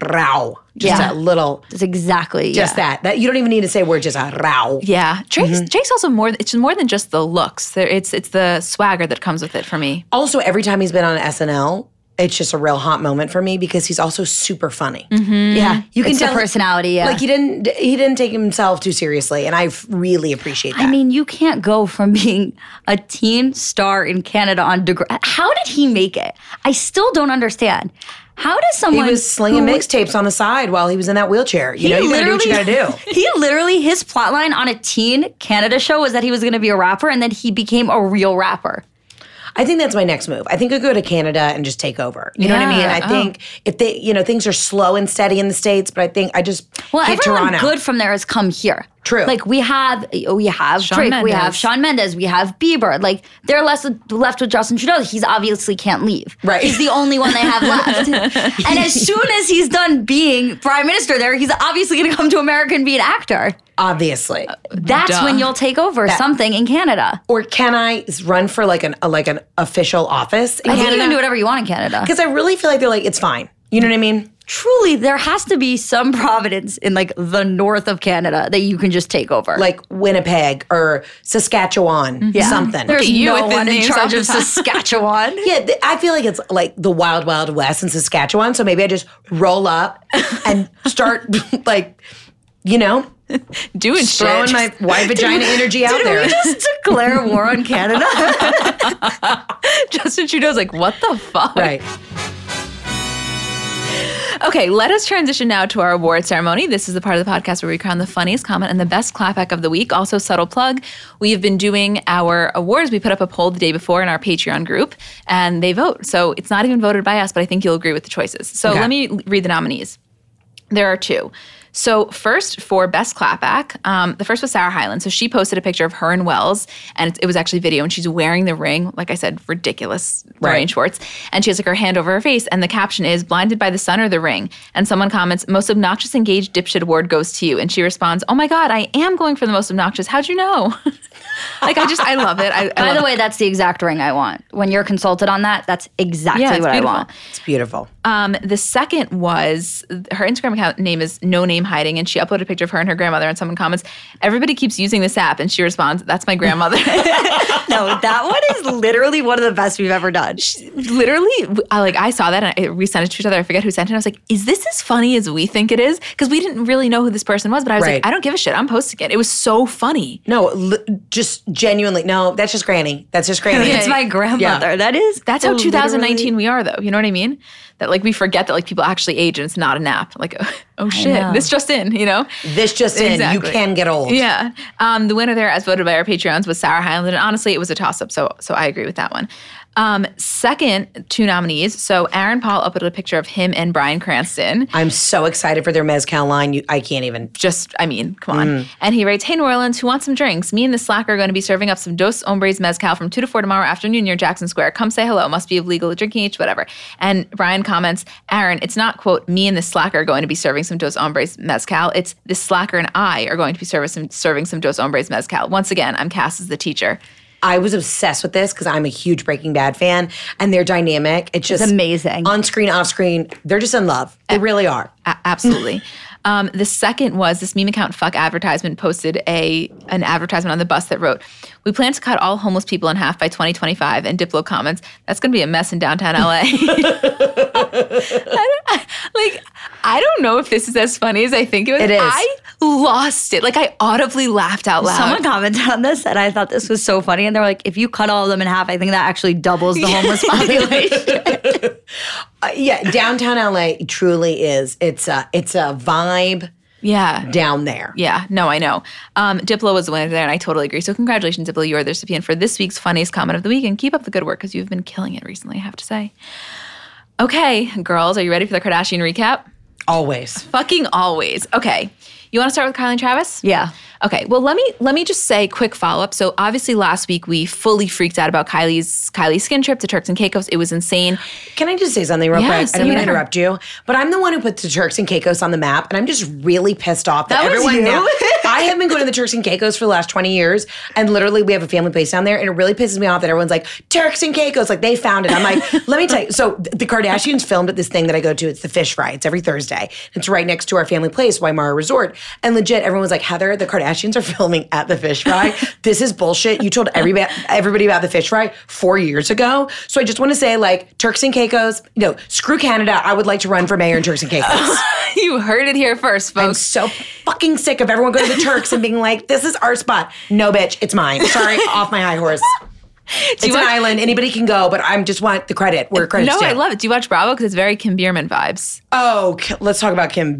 row. Just Yeah. a little. It's exactly Just that. That you don't even need to say we're just a row. yeah, Drake's, Mm-hmm. Drake's also more. It's more than just the looks. There, it's it's the swagger that comes with it for me. Also, every time he's been on SNL, it's just a real hot moment for me because he's also super funny. Yeah, you can can tell tell- Mm-hmm. personality. Yeah, Like he didn't he didn't take himself too seriously, and I f- really appreciate that. I mean, you can't go from being a teen star in Canada on DeGrasse. How did he make it? I still don't understand. How does he someone was slinging who- mixtapes on the side while he was in that wheelchair. You know, you gotta do what you gotta do. [LAUGHS] He literally, his plotline on a teen Canada show was that he was going to be a rapper, and then he became a real rapper. I think that's my next move. I think I go to Canada and just take over. You know what I mean? Yeah. oh. I think if they, you know, things are slow and steady in the states, but I think I just Well, hit everyone Toronto. good from there has come here. True. Like we have, we have Shawn Drake, we Mendes. have Sean Mendes, we have Bieber. Like they're less left with Justin Trudeau. He's obviously can't leave. Right. He's the only one they have [LAUGHS] left. and as soon as he's done being prime minister there, he's obviously going to come to America and be an actor. obviously. That's Duh. when you'll take over something in Canada. or can I s- run for like an a, like an official office in I think you can do Canada? whatever you want in Canada. Because I really feel like they're like it's fine. You know what I mean? Truly, there has to be some providence in like the north of Canada that you can just take over. Like Winnipeg or Saskatchewan, something. Mm-hmm. there's you no with the one in names off charge the of top. [LAUGHS] Saskatchewan. yeah, th- I feel like it's like the wild, wild west in Saskatchewan. So maybe I just roll up and start [LAUGHS] like, you know, Doing throwing shit. my white vagina energy out there. just declare war on Canada? [LAUGHS] Justin Trudeau's like, what the fuck? right. Okay, let us transition now to our award ceremony. This is the part of the podcast where we crown the funniest comment and the best clapback of the week. Also, subtle plug, we have been doing our awards. We put up a poll the day before in our Patreon group, and they vote. So it's not even voted by us, but I think you'll agree with the choices. So Okay. let me read the nominees. There are two. So, first for best clapback, um, the first was Sarah Hyland. So, she posted a picture of her and Wells, and it, it was actually video, and she's wearing the ring, like I said, ridiculous Right. Lorraine Schwartz. And she has like her hand over her face, and the caption is blinded by the sun or the ring. And someone comments, most obnoxious engaged dipshit award goes to you. And she responds, oh my God, I am going for the most obnoxious. How'd you know? [LAUGHS] like, I just, I love it. I, I By love the it. way, that's the exact ring I want. When you're consulted on that, that's exactly Yeah, it's what beautiful. I want. It's beautiful. Um, the second was her Instagram account name is No Name Hiding, and she uploaded a picture of her and her grandmother, and someone comments, "Everybody keeps using this app," and she responds, "That's my grandmother." [LAUGHS] No, that one is literally one of the best we've ever done. Literally, I, like I saw that and I, we sent it to each other. I forget who sent it. I was like, "Is this as funny as we think it is?" Because we didn't really know who this person was, but I was Right. like, "I don't give a shit. I'm posting it." It was so funny. No, l- just genuinely. No, that's just Granny. That's just Granny. It's my grandmother. That is That's how 2019 we are, though. You know what I mean? That like we forget that like people actually age and it's not an app. Like, [LAUGHS] oh shit, this just in. You know? This just in. Exactly. You can get old. Yeah. Um, the winner there, as voted by our Patreons, was Sarah Hyland. And honestly, it was a toss up. So, so I agree with that one. Um, second, two nominees. So Aaron Paul uploaded a picture of him and Brian Cranston. I'm so excited for their mezcal line. You, I can't even. Just, I mean, come on. And he writes, Hey, New Orleans, who wants some drinks? Me and the slacker are going to be serving up some Dos Hombres Mezcal from 2 to 4 tomorrow afternoon near Jackson Square. Come say hello. Must be of legal drinking age, whatever. And Brian comments, Aaron, it's not, quote, me and the slacker are going to be serving some Dos Hombres Mezcal. It's the slacker and I are going to be serving some, serving some Dos Hombres Mezcal. Once again, I'm Cass as the teacher. I was obsessed with this because I'm a huge Breaking Bad fan, and their dynamic. It's just amazing. On screen, off screen, they're just in love. They really are. A- absolutely. um, the second was this meme account fuck advertisement posted a an advertisement on the bus that wrote, "We plan to cut all homeless people in half by 2025." And Diplo comments, "That's going to be a [LAUGHS] mess in downtown LA." I don't- like, I don't know if this is as funny as I think it was. It is. I lost it. Like, I audibly laughed out loud. Someone commented on this and I thought this was so funny. And they're like, if you cut all of them in half, I think that actually [LAUGHS] doubles the homeless population. Uh, yeah, downtown LA truly is. It's a it's a vibe yeah. down there. Yeah, no, I know. Um, Diplo was the winner there, and I totally agree. So, congratulations, Diplo. You are the recipient for this week's funniest comment of the week, and keep up the good work because you've been killing it recently, I have to say. Okay, girls, are you ready for the Kardashian recap? Always. Fucking always. Okay, you want to start with Kylie and Travis? yeah. Okay. Well, let me let me just say quick follow up. So obviously last week we fully freaked out about Kylie's Kylie's skin trip to Turks and Caicos. It was [LAUGHS] insane. Can I just say something real Yeah, quick? I don't say mean to it. interrupt you, but I'm the one who put the Turks and Caicos on the map, and I'm just really pissed off that, That was everyone you? now. I have been going to the Turks and Caicos for the last 20 years, and literally we have a family place down there, and it really pisses me off that everyone's like Turks and Caicos, like they found it. I'm like, [LAUGHS] let me tell you. So th- the Kardashians filmed at this thing that I go to. It's the Fish Fry. It's every Thursday. It's right next to our family place, Waimara Resort, and legit, everyone was like, Heather, the Kardashians are [LAUGHS] filming at the Fish Fry. this is bullshit. You told everybody everybody about the Fish Fry four years ago. So I just want to say, like Turks and Caicos, no, screw Canada. I would like to run for mayor in Turks and Caicos. you heard it here first, I'm folks. so fucking sick of everyone going to the Turks and being like, this is our spot. No, bitch, it's mine. [LAUGHS] Sorry, off my high horse. It's an want- island. Anybody can go, but I just want the credit where credit's No, due. I love it. Do you watch Bravo? Because it's very Kim Bierman vibes. Oh, K- let's talk about Kim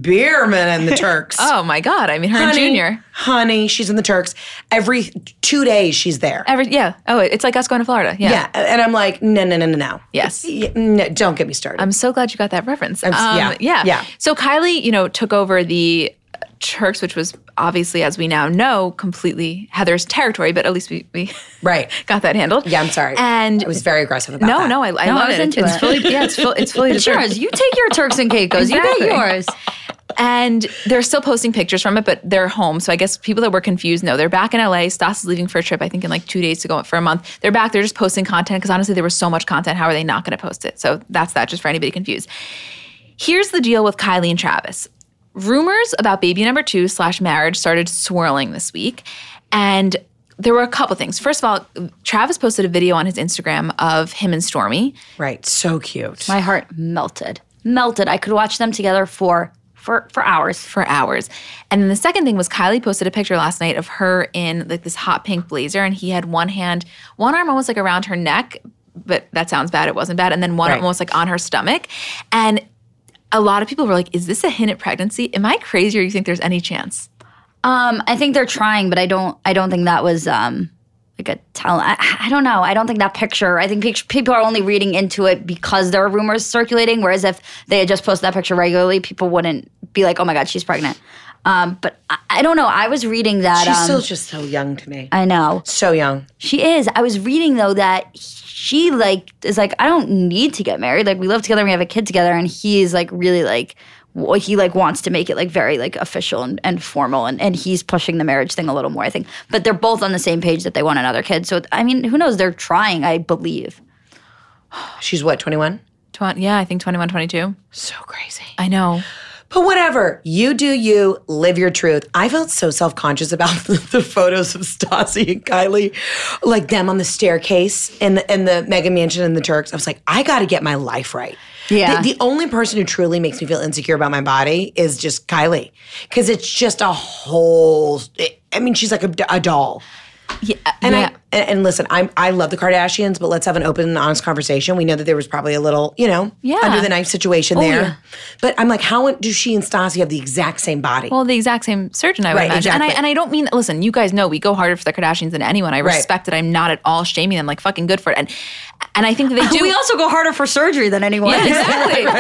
[LAUGHS] Bierman and the Turks. Oh my God. I mean, her and honey, Junior. Honey, she's in the Turks. Every two days, she's there. Every yeah. Oh, it's like us going to Florida. Yeah. yeah. And I'm like, no, no, no, no, no. Yes. Y- No, don't get me started. I'm so glad you got that reference. Um, s- yeah. yeah, yeah. yeah. So Kylie, you know, took over the uh, Turks, which was obviously, as we now know, completely Heather's territory, but at least we, we [LAUGHS] right. got that handled. Yeah, I'm sorry. And I was very aggressive about no, that. no, I, I No, I love was it. into it's it. fully, yeah, it's, full, it's fully It's deserved. yours. You take your Turks and Caicos. Exactly. You get yours. And they're still posting pictures from it, but they're home. So I guess people that were confused know they're back in LA. Stas is leaving for a trip, I think, in like two days to go for a month. They're back. They're just posting content because honestly, there was so much content. How are they not going to post it? So that's that, just for anybody confused. Here's the deal with Kylie and Travis rumors about baby number two slash marriage started swirling this week. And there were a couple things. First of all, Travis posted a video on his Instagram of him and Stormy. Right. So cute. My heart melted. Melted. I could watch them together for for for hours. for hours. And then the second thing was Kylie posted a picture last night of her in like this hot pink blazer, and he had one hand, one arm almost like around her neck, but that sounds bad. It wasn't bad. And then one Right. almost like on her stomach. And a lot of people were like, "Is this a hint at pregnancy? Am I crazy, or you think there's any chance?" Um, I think they're trying, but I don't I don't think that was um like a tell. I, I don't know. I don't think that picture. I think pic- people are only reading into it because there are rumors circulating. Whereas if they had just posted that picture regularly, people wouldn't be like, "Oh my god, she's pregnant." Um, but I, I don't know. I was reading that. She's um, still just so young to me. I know. so young. She is. I was reading though that she like is like I don't need to get married. Like we live together, and we have a kid together, and he is like really like wh- he like wants to make it like very like official and, and formal, and and he's pushing the marriage thing a little more, I think. But they're both on the same page that they want another kid. So I mean, who knows? They're trying, I believe. She's what, 21? Twen- yeah, I think 21, 22. So crazy. I know. But whatever, you do you, live your truth. I felt so self conscious about [LAUGHS] the, the photos of Stassi and Kylie, like them on the staircase in the, in the mega mansion in the Turks. I was like, I got to get my life right. Yeah. The, the only person who truly makes me feel insecure about my body is just Kylie, because it's just a whole. I mean, she's like a, a doll. Yeah. And yeah. I and, and listen, I'm I love the Kardashians, but let's have an open and honest conversation. We know that there was probably a little, you know, Yeah. Oh, under the knife situation there. yeah. But I'm like, how do she and Stassi have the exact same body? [LAUGHS] well, the exact same surgeon, I would Right, imagine. And I exactly. and I don't mean listen, you guys know we go harder for the Kardashians than anyone. I respect it. I'm not at all shaming them, like fucking good for it. And and I think that [LAUGHS] they do we also go harder for surgery than anyone. [LAUGHS] Yeah,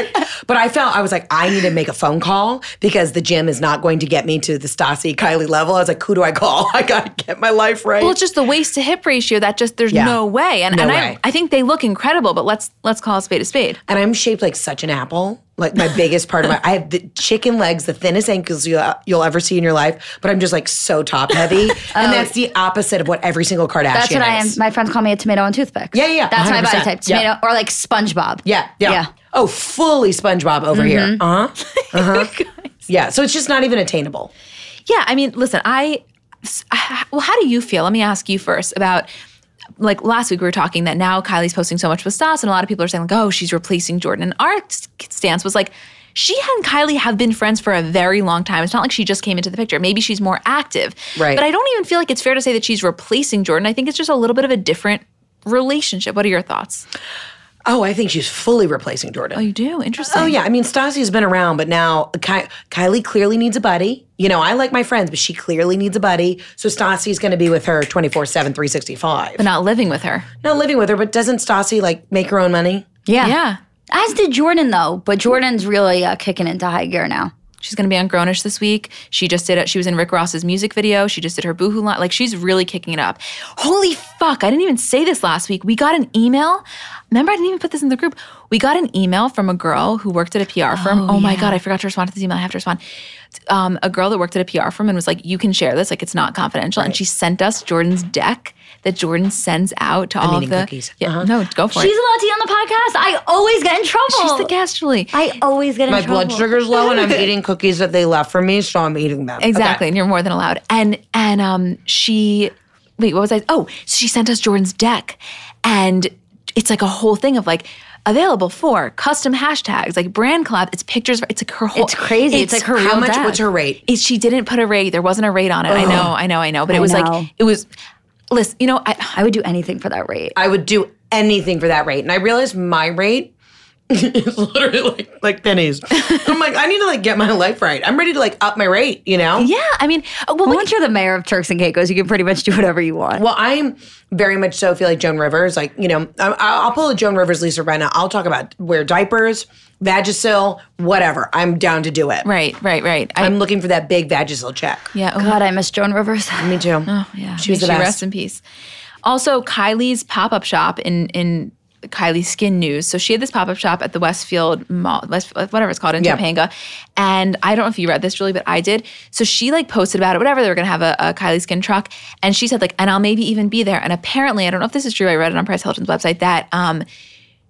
exactly. but I felt I was like, I need to make a phone call because the gym is not going to get me to the Stassi Kylie level. I was like, who do I call? [LAUGHS] I gotta get my life right. Well, it's just the waist to hip ratio that just there's Yeah. no way. And No and way. I I think they look incredible, but let's let's call a spade a spade. and I'm shaped like such an apple. Like my biggest part of my, I have the chicken legs, the thinnest ankles you, you'll ever see in your life. But I'm just like so [LAUGHS] top heavy, Oh. and that's the opposite of what every single Kardashian. [LAUGHS] That's what I am. is. My friends call me a tomato and toothpicks. Yeah, yeah, That's my body 100%. type. Yeah. Tomato or like SpongeBob. Yeah, yeah. Oh, fully SpongeBob over Mm-hmm. here. Uh huh. [LAUGHS] Uh huh. yeah. So it's just not even attainable. Yeah, I mean, listen, I well, how do you feel? Let me ask you first about like last week we were talking that now Kylie's posting so much with Stas, and a lot of people are saying like, oh, she's replacing Jordan. And our s- stance was like. She and Kylie have been friends for a very long time. It's not like she just came into the picture. Maybe she's more active. Right. But I don't even feel like it's fair to say that she's replacing Jordan. I think it's just a little bit of a different relationship. What are your thoughts? Oh, I think she's fully replacing Jordan. Oh, you do? Interesting. Oh yeah, I mean Stassi's been around, but now Ky- Kylie clearly needs a buddy. You know, I like my friends, but she clearly needs a buddy. So Stassi's going to be with her 24/7 365. But not living with her. Not living with her, but doesn't Stassi like make her own money? yeah, Yeah. As did Jordan though, but Jordan's really uh, kicking into high gear now. She's going to be on Grownish this week. She just did it. She was in Rick Ross's music video. She just did her Boohoo line. Like she's really kicking it up. Holy fuck! I didn't even say this last week. We got an email. Remember, I didn't even put this in the group. We got an email from a girl who worked at a PR firm. Oh, my god, I forgot to respond to this email. I have to respond. Um, a girl that worked at a PR firm and was like, "You can share this. Like it's not confidential." And she sent us Jordan's deck that Jordan sends out to all eating of the cookies. Yeah, no, go for She's it. allowed to be on the podcast. I always get in trouble. She's the guest, Julie. I always get in My trouble. blood sugar's [LAUGHS] low, and I'm eating cookies that they left for me, so I'm eating them. Exactly, and you're more than allowed. And and um, she, wait, what was I? Oh, she sent us Jordan's deck, and it's like a whole thing of like available for custom hashtags, like brand collab. It's pictures. It's like her whole. It's crazy. It's, like her How real much? dad. What's her rate? It, she didn't put a rate. There wasn't a rate on it. I know. I know. I know. But it was know. like it was. Listen, you know, I, I would do anything for that rate. I would do anything for that rate. And I realized my rate [LAUGHS] is literally like [LAUGHS] like pennies. I'm like, I need to like get my life right. I'm ready to like up my rate, you know? yeah. I mean, uh, well, we, Once you're the mayor of Turks and Caicos, you can pretty much do whatever you want. Well, I'm very much so feel like Joan Rivers. Like, you know, I- I'll pull a Joan Rivers, Lisa Renna. I'll talk about wear diapers, Vagisil, whatever. I'm down to do it. right, right, right. I, I'm looking for that big Vagisil check. yeah. oh, God, I miss Joan Rivers. Me too. Yeah, Oh, She was may the best. Rest in peace. Also, Kylie's pop up shop in in Kylie's Skin News. So she had this pop up shop at the Westfield Mall, West, whatever it's called in Yeah. Topanga. And I don't know if you read this, Julie, but I did. So she like posted about it. Whatever they were gonna have a, a Kylie Skin truck, and she said like, and I'll maybe even be there. And apparently, I don't know if this is true. I read it on Price Hilton's website that um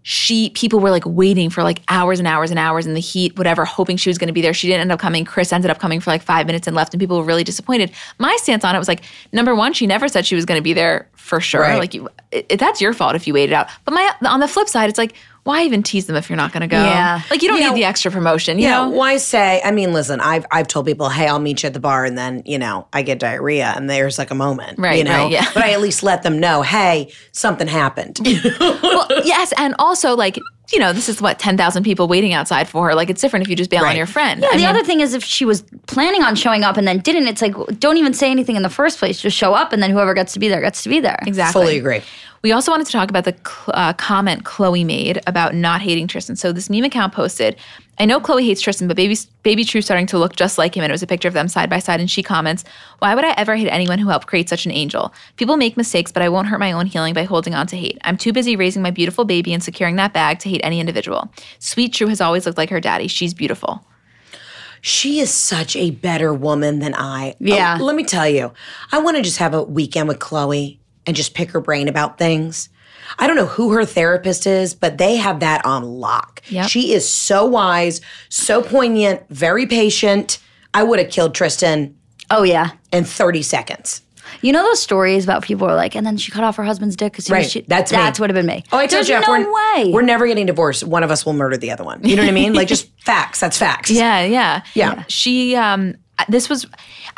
she people were like waiting for like hours and hours and hours in the heat, whatever, hoping she was going to be there. She didn't end up coming. Chris ended up coming for like five minutes and left, and people were really disappointed. My stance on it was like, number one, she never said she was going to be there for sure. Right. Like, you, it, it- that's your fault if you waited out. But my on the flip side, it's like, why even tease them if you're not going to go? Yeah. like you don't You need know- the extra promotion. You Yeah, know, why say? I mean, listen, I've I've told people, hey, I'll meet you at the bar, and then you know I get diarrhea, and there's like a moment, Right, You know, right, yeah. but I at least let them know, hey, something happened. well, yes, and also like. You know, this is what ten thousand people waiting outside for her. Like, it's different if you just bail on Right. your friend. Yeah, I the mean- other thing is if she was planning on showing up and then didn't, it's like don't even say anything in the first place. Just show up, and then whoever gets to be there gets to be there. Exactly. Fully agree. We also wanted to talk about the cl- uh, comment Chloe made about not hating Tristan. So this meme account posted, I know Chloe hates Tristan, but baby baby True's starting to look just like him, and it was a picture of them side by side. And she comments, "Why would I ever hate anyone who helped create such an angel? People make mistakes, but I won't hurt my own healing by holding on to hate. I'm too busy raising my beautiful baby and securing that bag to hate any individual. Sweet True has always looked like her daddy. She's beautiful. She is such a better woman than I. Yeah. Oh, let me tell you, I want to just have a weekend with Chloe and just pick her brain about things. I don't know who her therapist is, but they have that on lock. Yep. She is so wise, so poignant, very patient. I would have killed Tristan Oh yeah. in 30 seconds. You know those stories about people who are like, and then she cut off her husband's dick because Right. she, That's me. that's would have been me. Oh, I told There's you, if no we're, way. we're never getting divorced. One of us will murder the other one. You know what I mean? Like just facts. That's facts. Yeah, yeah, Yeah. She, um, this was,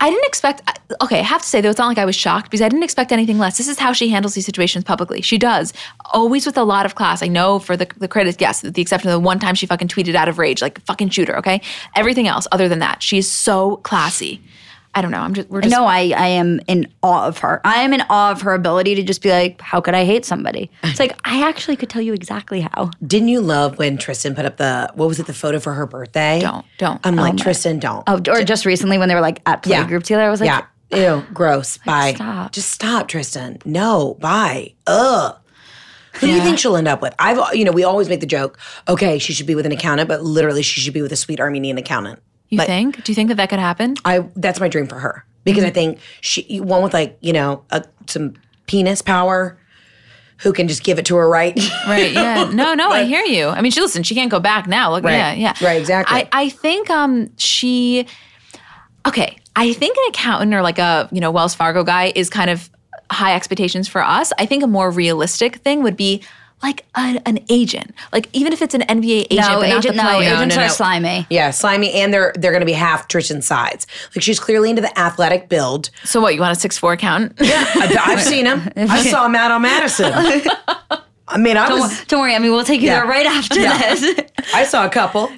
I didn't expect. Okay, I have to say though, it's not like I was shocked because I didn't expect anything less. This is how she handles these situations publicly. She does always with a lot of class. I know for the the credit, yes, with the exception of the one time she fucking tweeted out of rage, like fucking shooter. Okay, everything else other than that, she is so classy. I don't know. I'm just we're just no, I, I am in awe of her. I am in awe of her ability to just be like, how could I hate somebody? It's like, I actually could tell you exactly how. Didn't you love when Tristan put up the, what was it, the photo for her birthday? Don't, don't. I'm like, Tristan, don't. Oh, or just recently when they were like at play Yeah. group together, I was like, yeah. Ew, gross. bye. stop. Just stop, Tristan. No, bye. Ugh. Who do you Yeah. think she'll end up with? I've, you know, we always make the joke. Okay, she should be with an accountant, but literally, she should be with a sweet Armenian accountant. You think? Do you think that that could happen? I that's my dream for her because Mm-hmm. I think she one with like you know a, some penis power, who can just give it to her [LAUGHS] right. Right. Yeah. No, no, I hear you. I mean, she listen, she can't go back now. Look, yeah, yeah. Right, exactly. I, I think um she okay. I think an accountant or like a, you know, Wells Fargo guy is kind of high expectations for us. I think a more realistic thing would be like an, an agent. Like even if it's an NBA agent, no, but not the agent, no, player. agents no, are no. slimy. yeah, slimy, and they're they're going to be half Tristan sides. Like she's clearly into the athletic build. So what, you want a six four accountant? [LAUGHS] I, I've seen him. I saw him out on Madison. I mean, I was. Don't worry, I mean, we'll take you Yeah. there right after Yeah. this. [LAUGHS] I saw a couple. Uh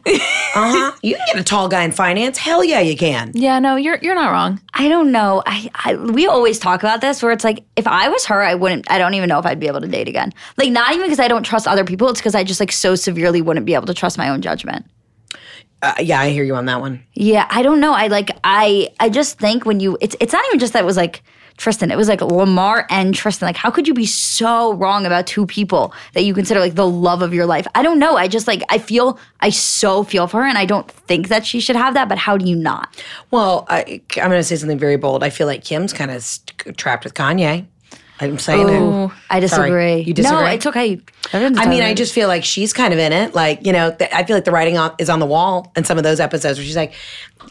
huh. You can get a tall guy in finance. Hell yeah, you can. yeah, no, you're you're not wrong. I don't know. I, I we always talk about this where it's like if I was her, I wouldn't. I don't even know if I'd be able to date again. Like not even because I don't trust other people. It's because I just like so severely wouldn't be able to trust my own judgment. Uh, yeah, I hear you on that one. Yeah, I don't know. I like I I just think when you it's it's not even just that it was like Tristan. It was like Lamar and Tristan. Like how could you be so wrong about two people that you consider like the love of your life? I don't know. I just like I feel I so feel for her and I don't think that she should have that, but how do you not? Well, I, I'm going to say something very bold. I feel like Kim's kind of st- trapped with Kanye. I'm saying Ooh, it. I disagree. You disagree? No, it's okay. I mean, I just feel like she's kind of in it. Like, you know, th- I feel like the writing on, is on the wall in some of those episodes where she's like,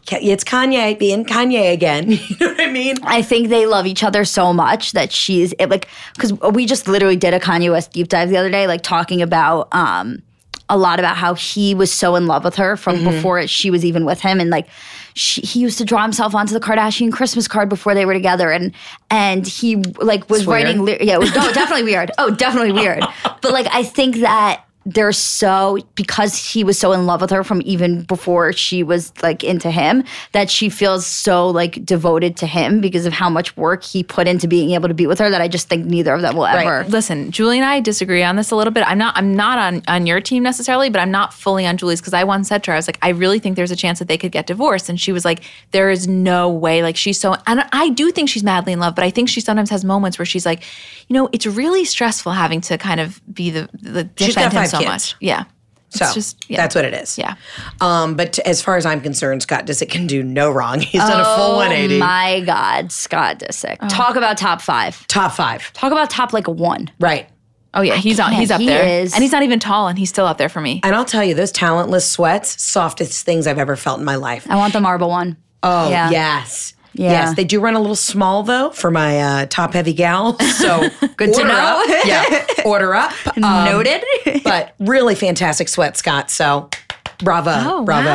"K- it's Kanye being Kanye again. [LAUGHS] you know what I mean? I think they love each other so much that she's it, like, because we just literally did a Kanye West deep dive the other day, like talking about um, a lot about how he was so in love with her from before she was even with him, and like she, he used to draw himself onto the Kardashian Christmas card before they were together, and and he like was writing, ly- yeah, it was, no, definitely weird, oh, definitely weird, but like I think that. They're so because he was so in love with her from even before she was like into him that she feels so like devoted to him because of how much work he put into being able to be with her that I just think neither of them will ever. Listen, Julie and I disagree on this a little bit. I'm not I'm not on on your team necessarily, but I'm not fully on Julie's because I once said to her, I was like, I really think there's a chance that they could get divorced, and she was like, there is no way. Like she's so, and I do think she's madly in love, but I think she sometimes has moments where she's like, you know, it's really stressful having to kind of be the the She's got defend him five so kids. much. Yeah, So it's just yeah. that's what it is. Yeah. Um, but t- as far as I'm concerned, Scott Disick can do no wrong. [LAUGHS] He's done a full 180. My God, Scott Disick. Talk about top five. Top five. Talk about top like one. Right. Oh yeah, he's on. can't. He's up He there, is- and he's not even tall, and he's still up there for me. And I'll tell you, those talentless sweats, softest things I've ever felt in my life. I want the marble one. Oh, Yeah. yes. Yeah. Yes, they do run a little small though for my uh, top heavy gal. [LAUGHS] So good to know. yeah, order up. Um, Noted. but really fantastic sweat, Scott. So bravo, Oh bravo.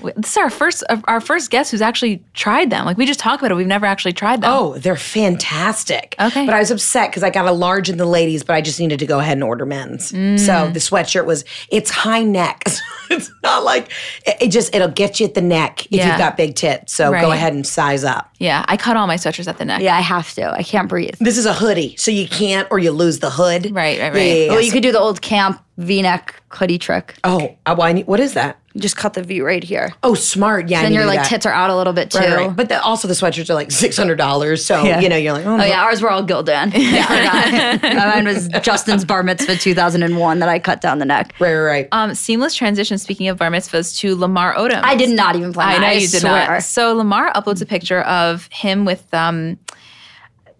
wow! This is our first our first guest who's actually tried them. Like we just talk about it, we've never actually tried them. Oh, they're fantastic. Okay. But I was upset because I got a large in the ladies, but I just needed to go ahead and order men's. So Mm. the sweatshirt was, it's high neck. [LAUGHS] So it's not like, it, it just, it'll get you at the neck if Yeah. you've got big tits. So go Right. ahead and size up. Yeah, I cut all my sweaters at the neck. [LAUGHS] Yeah, I have to. I can't breathe. This is a hoodie, so you can't or you lose the hood. Right, right, right. Yeah, yeah, yeah. Well, you could do the old camp V neck hoodie trick. Oh, I, well, I need, what is that? Just cut the V right here. Oh, smart. Yeah. I Then need to your do like that. tits are out a little bit too. Right, right. But the, also the sweatshirts are like six hundred dollars. So you know you're like, oh, Oh yeah, [LAUGHS] ours were all Gildan. I forgot. [LAUGHS] My mine was Justin's bar mitzvah 2001 that I cut down the neck. right, right, right. Um, seamless transition. Speaking of bar mitzvahs, to Lamar Odom. I did not even plan. I that, know you did swear. not. [LAUGHS] So Lamar uploads a picture of him with um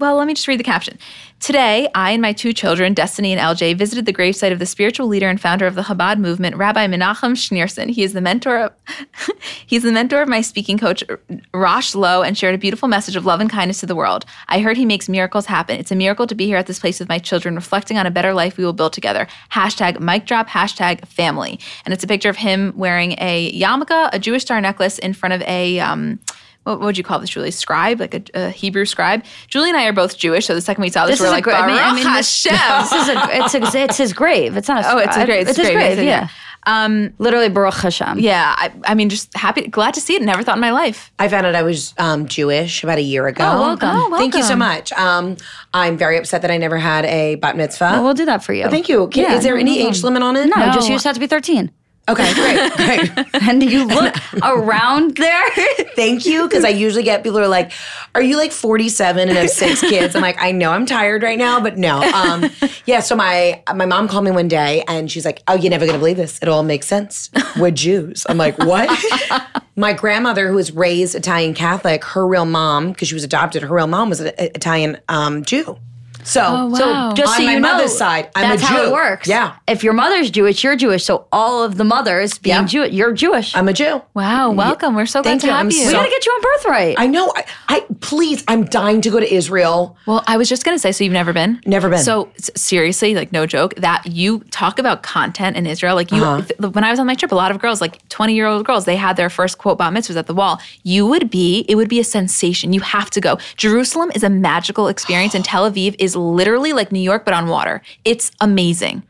well, let me just read the caption. Today, I and my two children, Destiny and LJ, visited the gravesite of the spiritual leader and founder of the Chabad movement, Rabbi Menachem Schneerson. He is the mentor of he's the mentor of my speaking coach Rosh Lowe and shared a beautiful message of love and kindness to the world. I heard he makes miracles happen. It's a miracle to be here at this place with my children, reflecting on a better life we will build together. Hashtag mic drop, hashtag family. And it's a picture of him wearing a yarmulke, a Jewish star necklace in front of a um, what would you call this, Julie? Scribe, like a, a Hebrew scribe. Julie and I are both Jewish, so the second we saw this, This we're is a like, great- I mean- I "Baruch mean, this- Hashem." Oh, This is a, it's a, it's his grave. It's not. A, [LAUGHS] oh, it's a great, It's his great, grave. amazing, Yeah. Um, Literally Baruch [LAUGHS] Hashem. yeah. I, I mean, just happy, glad to see it. Never thought in my life. I found out I was um, Jewish about a year ago. Oh, welcome. Oh, Thank you so welcome. much. Um, I'm very upset that I never had a bat mitzvah. Well, we'll do that for you. Thank you. Can- Yeah, is there no any problem. age limit on it? No, just No. you just have to be [LAUGHS] 13. Okay, great, [LAUGHS] great. And you look around there. [LAUGHS] Thank you, because I usually get people who are like, "Are you like 47 and have six kids?" I'm like, "I know I'm tired right now, but no." Um, yeah. So my my mom called me one day and she's like, "Oh, you're never gonna believe this. It all makes sense. We're Jews." I'm like, "What?" my grandmother, who was raised Italian Catholic, her real mom, because she was adopted, her real mom was an I- Italian um, Jew. So, wow. So just so On my you know, mother's side, I'm a that's how Jew. it works. Yeah. If your mother's Jewish, you're Jewish. So all of the mothers being Yeah. Jewish, you're Jewish. I'm a Jew. Wow, welcome. We're so glad Thank to you. have I'm you. we so- gotta get you on birthright. I know. I, I please. I'm dying to go to Israel. Well, I was just gonna say, so you've never been? Never been. So s- seriously, like no joke, that you talk about content in Israel. Like you, Uh-huh. th- when I was on my trip, a lot of girls, like twenty year old girls, they had their first quote bat mitzvahs at the wall. You would be, it would be a sensation. You have to go. Jerusalem is a magical experience, and Tel Aviv is literally like New York but on water. It's amazing.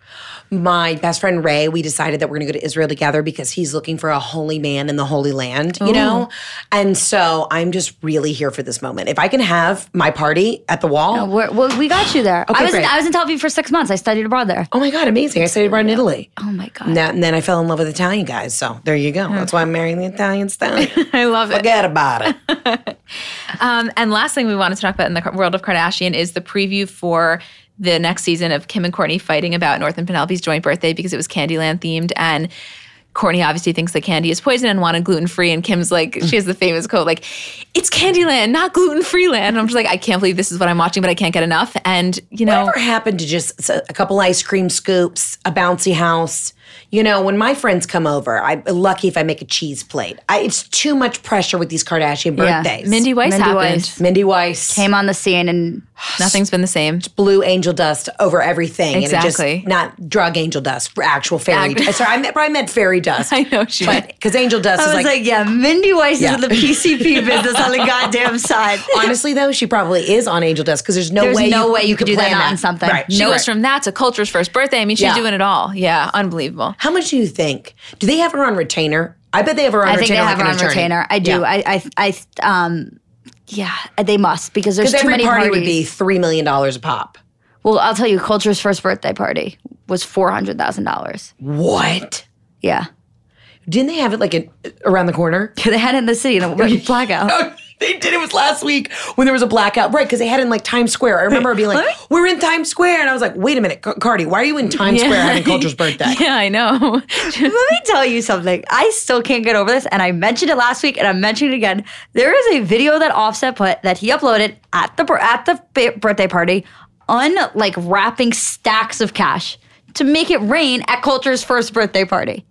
my best friend Ray, we decided that we're going to go to Israel together because he's looking for a holy man in the Holy Land, you know? And so I'm just really here for this moment. If I can have my party at the wall. No, we're, well, we got you there. I was in, great. I was in Tel Aviv for six months. I studied abroad there. Oh my God, amazing. I studied abroad in Italy. Oh my god. Mm. And, that- and then I fell in love with Italian guys. So there you go. That's why I'm marrying the Italian [LAUGHS] stallion. I love it. Forget about it. Um, and last thing we wanted to talk about in the Kar- world of Kardashian is the preview for the next season of Kim and Courtney fighting about North and Penelope's joint birthday because it was Candyland themed and. Courtney obviously thinks that candy is poison and wanted gluten free, and Kim's like, she has the famous quote like, "It's Candyland, not gluten free land." And I'm just like, I can't believe this is what I'm watching, but I can't get enough. And you know, Whatever happened to just s- a couple ice cream scoops, a bouncy house? You know, when my friends come over, I'm lucky if I make a cheese plate. I, it's too much pressure with these Kardashian Yeah. birthdays. Mindy Weiss Mindy happened. Weiss. Mindy Weiss. Came on the scene and Nothing's been the same. blue angel dust over everything. And it Exactly. just, not drug angel dust, actual fairy. Act- Sorry, I meant, probably meant fairy [LAUGHS] dust. I know she. But because angel dust I is like, was like, [LAUGHS] yeah, Mindy Weiss Yeah. is in the [LAUGHS] PCP business on the goddamn [LAUGHS] side. honestly though, she probably is on angel dust because there's no There's way no way you could do that plan not on something. Right. she No goes from that to Culture's first birthday. I mean, she's Yeah. doing it all. Yeah, unbelievable. [LAUGHS] How much do you think? Do they have her on retainer? I bet they have her on I think they retainer. have her like on an attorney. retainer. I do. Yeah. I, I, I, um, yeah, they must because there's Because too every many party parties. would be three million dollars a pop. Well, I'll tell you, Culture's first birthday party was four hundred thousand dollars. What? Yeah, [LAUGHS] Didn't they have it like in, around the corner? they had it in the city in a blackout. [LAUGHS] They did. It was last week when there was a blackout, right? Because they had it in like Times Square. I remember being like, "We're in Times Square," and I was like, "Wait a minute, Ca- Cardi, why are you in Times Square having Culture's birthday?" Yeah, I know. Let me tell you something. I still can't get over this, and I mentioned it last week, and I'm mentioning it again. There is a video that Offset put that he uploaded at the bir- at the bi- birthday party, on like wrapping stacks of cash to make it rain at Culture's first birthday party.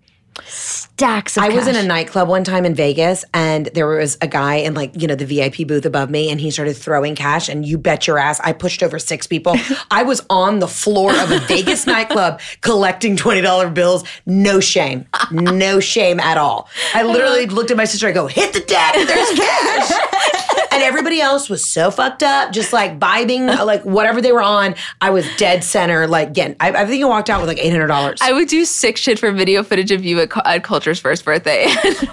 Stacks. of I was in cash. a nightclub one time in Vegas, and there was a guy in like you know the VIP booth above me, and he started throwing cash. And you bet your ass, I pushed over six [LAUGHS] people. I was on the floor of a Vegas nightclub collecting twenty dollar bills. No shame, [LAUGHS] no shame at all. I literally looked at my sister. I go, hit the deck. There's cash. and everybody else was so fucked up, just like vibing, like whatever they were on. I was dead center, like again. I, I think I walked out with like eight hundred dollars. I would do sick shit for video footage of you at, Cu- at Culture's first birthday.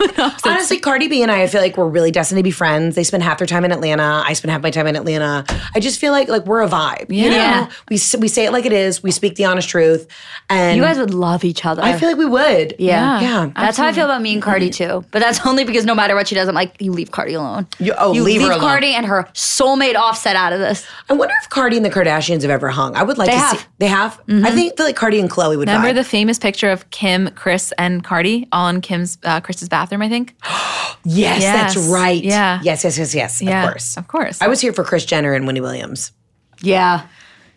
[LAUGHS] Honestly, Cardi B and I, I feel like we're really destined to be friends. They spend half their time in Atlanta. I spend half my time in Atlanta. I just feel like like we're a vibe. You know, Yeah. we s- we say it like it is. We speak the honest truth, and You guys would love each other. I feel like we would. Yeah. yeah. That's how I feel about me and Cardi too. But that's only because no matter what she does, I'm like, you leave Cardi alone. You- oh, leave her alone. Cardi and her soulmate offset out of this. I wonder if Cardi and the Kardashians have ever hung. I would like They to see. have. They have. I think feel like Cardi and Chloe would. Mm-hmm. Remember vibe. the famous picture of Kim, Chris, and Cardi all in Kim's uh, Chris's bathroom? I think. Yes, that's Yes. right. Yeah. Yes, yes, yes, yes. yeah, Of course. of course. I was here for Chris Jenner and Winnie Williams. Yeah.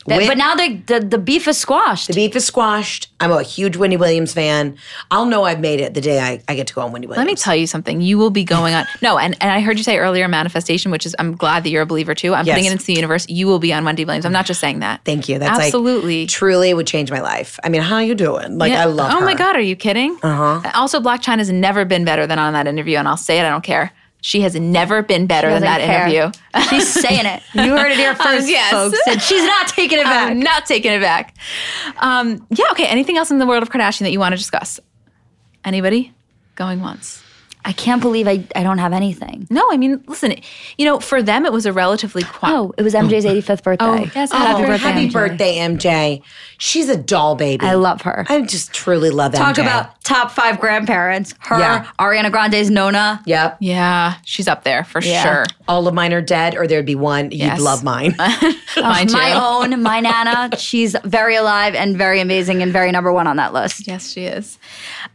Win- but now the, the the beef is squashed. The beef is squashed. I'm a huge Winnie Williams fan. I'll know I've made it the day I, I get to go on Winnie Williams. Let me tell you something. You will be [LAUGHS] going on. No, and, and I heard you say earlier manifestation, which is I'm glad that you're a believer too. I'm putting Yes. it into the universe. You will be on Wendy Williams. I'm not just saying that. Thank you. That's Absolutely. like truly would change my life. I mean, how you doing? Like I love Oh my her. God, are you kidding? Uh-huh. Also, Black China's never been better than on that interview, and I'll say it, I don't care. She has never been better than that doesn't care. interview. She's saying [LAUGHS] it. You heard it here first, yes. folks. And she's not taking it back. I'm not taking it back. Um, yeah, okay. Anything else in the world of Kardashian that you want to discuss? Anybody? Going once. I can't believe I, I don't have anything. No, I mean, listen, you know, for them, it was a relatively quiet. Oh, it was MJ's 85th birthday. Oh, yes, Oh, happy birthday. happy MJ. birthday, MJ. She's a doll baby. I love her. I just truly love Talk MJ. about top five grandparents. Her, Yeah. Ariana Grande's Nona. Yep. Yeah, she's up there for Yeah. sure. All of mine are dead, or there'd be one. You'd Yes. love mine. Mine too. My own, my Nana. She's very alive and very amazing and very number one on that list. Yes, she is.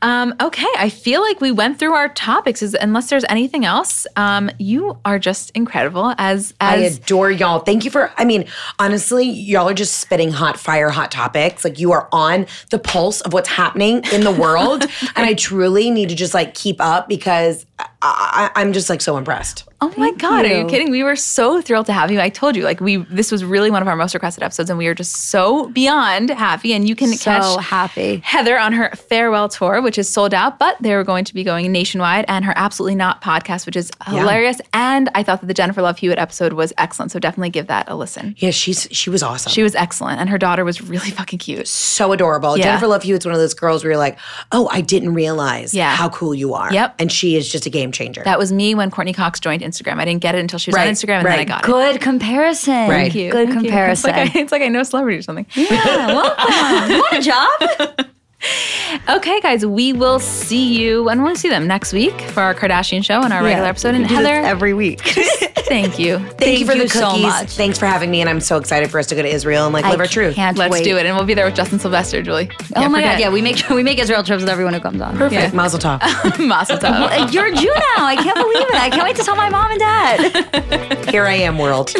Um, okay, I feel like we went through our topics. Is, unless there's anything else, um, you are just incredible. As I as adore y'all. Thank you for, I mean, honestly, y'all are just spitting hot fire, hot topics. Like you are on the pulse of what's happening in the [LAUGHS] world. and I truly need to just like keep up because I, I, I'm just like so impressed. oh my god, are you you. kidding? We were so thrilled to have you. I told you, like we this was really one of our most requested episodes, and we are just so beyond happy. And you can So catch happy. Heather on her farewell tour, which is sold out, but they were going to be going nationwide, and her Absolutely Not podcast, which is hilarious. And I thought that the Jennifer Love Hewitt episode was excellent, so definitely give that a listen. Yeah, she's she was awesome. She was excellent, and her daughter was really fucking cute. so adorable. Jennifer Love Hewitt's one of those girls where you're like, oh, I didn't realize Yeah. how cool you are. Yep. And she is just a game changer. That was me when Courtney Cox joined Instagram. I didn't get it until she was Right, on Instagram, and then I right. got it. Good comparison. Right. Cute. Good Thank you. [LAUGHS] It's comparison. like, I, it's like I know a celebrity or something. [LAUGHS] yeah, welcome. you want a [LAUGHS] job? Okay, guys, we will see you when we see them next week for our Kardashian show and our regular episode. And Heather, Every week. [LAUGHS] [LAUGHS] thank you. Thank, you for Thank the you so cookies. much. Thanks for having me. And I'm so excited for us to go to Israel and like live our truth. Can't Let's wait. do it, and we'll be there with Justin Sylvester, Julie. Oh Can't my forget. god, yeah, we make [LAUGHS] we make Israel trips with everyone who comes on. Perfect. Mazel tov. [LAUGHS] Mazel tov. Uh, You're a Jew now. I can't believe it. I can't wait to tell my mom and dad. Here I am, world.